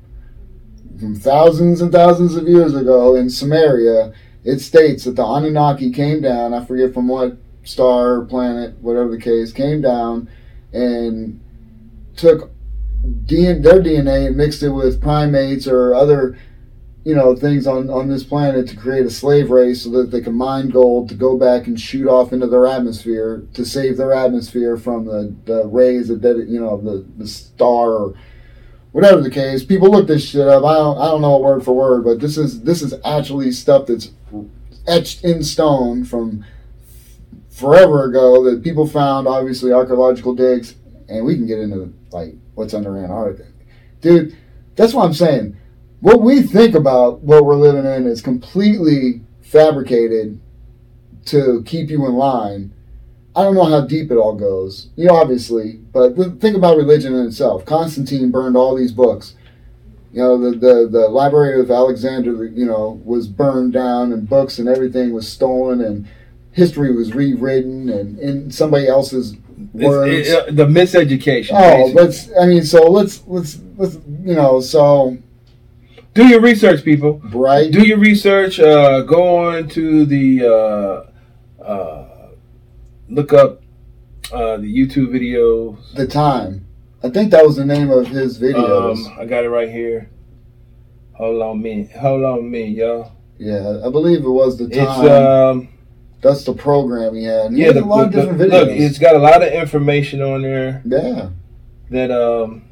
Speaker 1: from thousands and thousands of years ago in Samaria, it states that the Anunnaki came down. I forget from what star, planet, whatever the case, came down and took D- their DNA and mixed it with primates or other, you know, things on, on this planet to create a slave race so that they can mine gold to go back and shoot off into their atmosphere to save their atmosphere from the, the rays of, dead, you know, the, the star or whatever the case. People look this shit up. I don't, I don't know it word for word, but this is, this is actually stuff that's etched in stone from forever ago that people found obviously archaeological digs and we can get into like what's under antarctica dude that's what i'm saying what we think about what we're living in is completely fabricated to keep you in line i don't know how deep it all goes you know obviously but th- think about religion in itself constantine burned all these books you know the, the, the library of alexander you know was burned down and books and everything was stolen and history was rewritten and in somebody else's words
Speaker 2: It's, it, uh, the miseducation.
Speaker 1: Oh,
Speaker 2: basically.
Speaker 1: let's. I mean, so let's let's let's you know, so
Speaker 2: do your research, people.
Speaker 1: bright.
Speaker 2: Do your research. Uh, go on to the uh, uh, look up uh, the YouTube videos.
Speaker 1: The time. I think that was the name of his videos.
Speaker 2: Um, I got it right here. Hold on, me. Hold on, me, y'all.
Speaker 1: yeah, I believe it was the time.
Speaker 2: It's um,
Speaker 1: That's the program he had. And he
Speaker 2: yeah,
Speaker 1: had
Speaker 2: the,
Speaker 1: a lot of
Speaker 2: the-
Speaker 1: different
Speaker 2: the-
Speaker 1: videos.
Speaker 2: look, it's got a lot of information on there
Speaker 1: yeah,
Speaker 2: that um,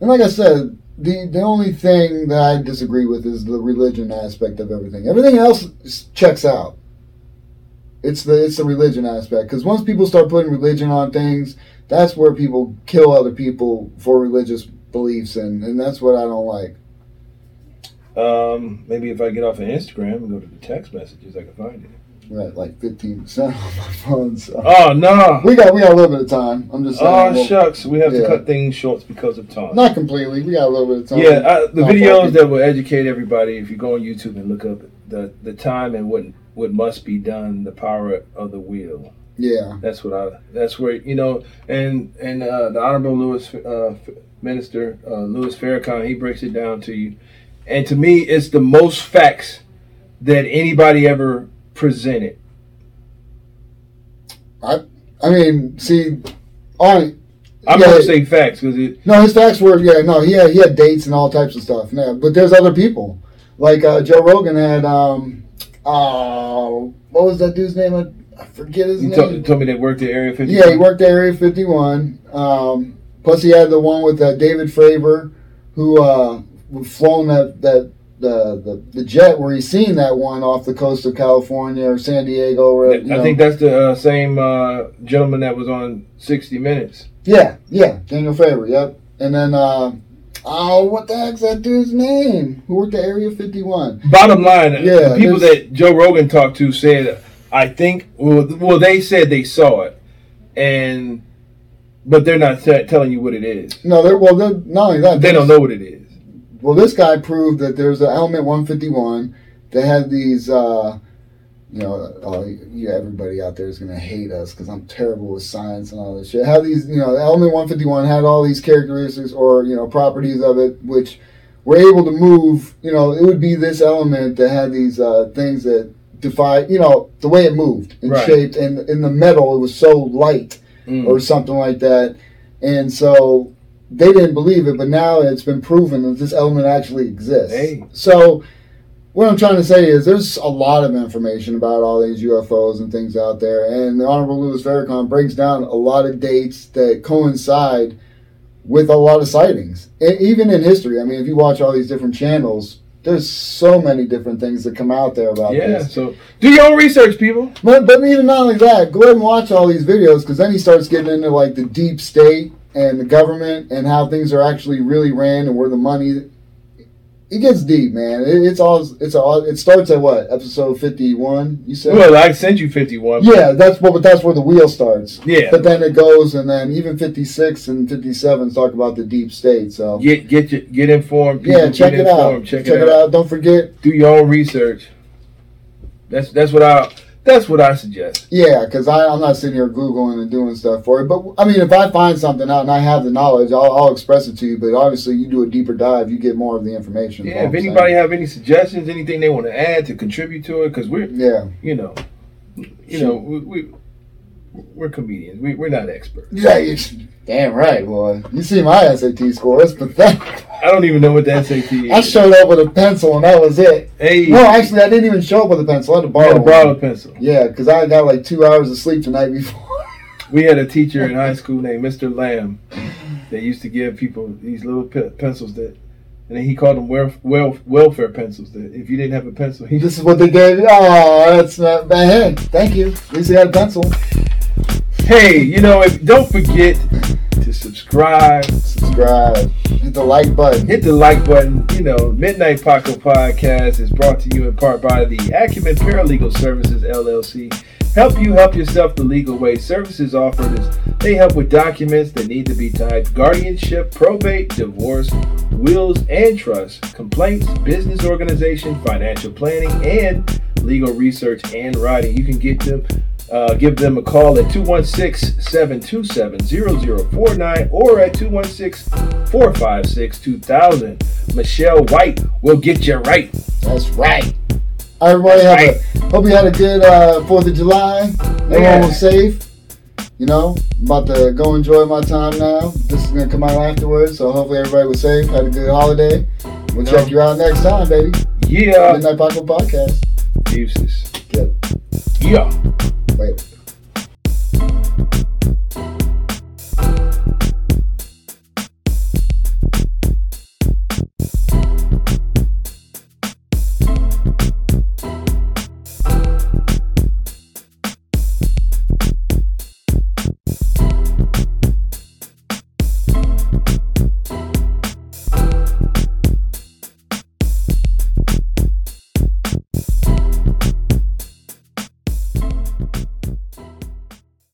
Speaker 1: and like I said, the the only thing that I disagree with is the religion aspect of everything. Everything else s- checks out. It's the it's the religion aspect because once people start putting religion on things, that's where people kill other people for religious beliefs, and and that's what I don't like.
Speaker 2: um, maybe if I get off of Instagram and go to the text messages, I can find it.
Speaker 1: We're at like fifteen percent on my phone, so
Speaker 2: Oh no.
Speaker 1: we got we got a little bit of time. I'm just saying,
Speaker 2: Oh
Speaker 1: well,
Speaker 2: shucks, we have to
Speaker 1: Yeah.
Speaker 2: cut things short because of time.
Speaker 1: not completely. We got a little bit of time.
Speaker 2: yeah, uh, the
Speaker 1: Not
Speaker 2: videos
Speaker 1: fucking-
Speaker 2: that will educate everybody. If you go on YouTube and look up the the time and what what must be done, the power of the will.
Speaker 1: Yeah.
Speaker 2: That's what I. That's where you know, and and uh, the Honorable Lewis uh, F- Minister uh, Louis Farrakhan, he breaks it down to you, and to me, it's the most facts that anybody ever presented.
Speaker 1: I I mean, see, on
Speaker 2: I'm
Speaker 1: Yeah.
Speaker 2: gonna say facts because it.
Speaker 1: no, his facts were yeah, no, he had he had dates and all types of stuff. Yeah, but there's other people like uh, Joe Rogan had um, oh, what was that dude's name? I, I forget his
Speaker 2: You
Speaker 1: name.
Speaker 2: told, told me that worked at Area 50.
Speaker 1: Yeah, he worked at Area 51. Um, plus, he had the one with uh, David Fravor, who uh, who flown that that the, the the jet where he seen that one off the coast of California or San Diego. Or,
Speaker 2: I
Speaker 1: you know.
Speaker 2: think that's the uh, same uh, gentleman that was on 60 Minutes.
Speaker 1: yeah, yeah, Daniel Fravor. Yep. And then, uh, oh, what the heck's that dude's name? Who worked at Area 51?
Speaker 2: Bottom line, yeah,
Speaker 1: Yeah,
Speaker 2: the people
Speaker 1: there's-
Speaker 2: that Joe Rogan talked to said, I think, well, th- well they said they saw it, and but they're not t- telling you what it is.
Speaker 1: No, they're, well, they're, not only that,
Speaker 2: They don't know what it is.
Speaker 1: Well, this guy proved that there's an element 151 that had these. Uh, you know, oh, you everybody out there is gonna hate us because I'm terrible with science and all this shit. How these, you know, element 151 had all these characteristics or you know properties of it, which were able to move. You know, it would be this element that had these uh, things that defy. You know, the way it moved and
Speaker 2: Right.
Speaker 1: shaped, and in the metal it was so light
Speaker 2: Mm.
Speaker 1: or something like that. And so they didn't believe it, but now it's been proven that this element actually exists.
Speaker 2: Hey.
Speaker 1: So what I'm trying to say is there's a lot of information about all these UFOs and things out there, and the Honorable Louis Farrakhan breaks down a lot of dates that coincide with a lot of sightings, E- even in history. I mean, if you watch all these different channels. There's so many different things that come out there about
Speaker 2: yeah,
Speaker 1: this.
Speaker 2: so do your own research, people.
Speaker 1: But, but even not only that, go ahead and watch all these videos because then he starts getting into like the deep state and the government and how things are actually really ran and where the money. It gets deep, man. It, it's all it's all it starts at what episode fifty one? You said
Speaker 2: Well, I sent you 51.
Speaker 1: yeah. That's what, but that's where the wheel starts.
Speaker 2: Yeah.
Speaker 1: But then it goes, and then even fifty six and fifty seven talk about the deep state. So
Speaker 2: Get get your, get informed. People.
Speaker 1: yeah, check
Speaker 2: get
Speaker 1: it out.
Speaker 2: informed. Check, it, out.
Speaker 1: Don't forget
Speaker 2: Do your own research. That's that's what I that's what I suggest.
Speaker 1: Yeah, because I'm not sitting here googling and doing stuff for it. But I mean, if I find something out and I have the knowledge, I'll, I'll express it to you. But obviously, you do a deeper dive, you get more of the information. is
Speaker 2: Yeah,
Speaker 1: all
Speaker 2: if
Speaker 1: I'm
Speaker 2: anybody
Speaker 1: saying.
Speaker 2: have any suggestions, anything they want to add to contribute to it, because we're
Speaker 1: yeah,
Speaker 2: you know, you know, we, we we're comedians. We we're not experts.
Speaker 1: yeah, you, damn right, boy. You see my SAT scores, but that
Speaker 2: I don't even know what the SAT is.
Speaker 1: I showed up with a pencil and that was it.
Speaker 2: hey,
Speaker 1: No, actually, I didn't even show up with a pencil. I had to
Speaker 2: we
Speaker 1: borrow.
Speaker 2: had a
Speaker 1: one.
Speaker 2: brow pencil.
Speaker 1: Yeah, because I got like two hours of sleep the night before.
Speaker 2: We had a teacher in high school named Mr. Lamb that used to give people these little pe- pencils that, and then he called them welf- welf- welfare pencils. That if you didn't have a pencil, he
Speaker 1: this is what they gave me. Oh, that's not bad. Hey, thank you. At least I got a pencil.
Speaker 2: hey, you know, if, don't forget to subscribe.
Speaker 1: Subscribe. Hit the like button.
Speaker 2: Hit the like button. You know, Midnight Paco Podcast is brought to you in part by the Acumen Paralegal Services LLC. Help you help yourself the legal way. Services offered is they help with documents that need to be typed, guardianship, probate, divorce, wills and trusts, complaints, business organization, financial planning, and legal research and writing. You can get them uh, give them a call at 216 727 0049 or at 216 456 2000. Michelle White will get you right.
Speaker 1: That's right. Everybody have a hope you had a good uh, Fourth of July. Everyone
Speaker 2: Yeah.
Speaker 1: was safe. You know, I'm about to go enjoy my time now. This is gonna come out afterwards, so hopefully everybody was safe, had a good holiday. We'll check you out next time, baby.
Speaker 2: Yeah.
Speaker 1: Midnight Paco Podcast.
Speaker 2: Deuces.
Speaker 1: Yep.
Speaker 2: Yeah.
Speaker 1: Wait.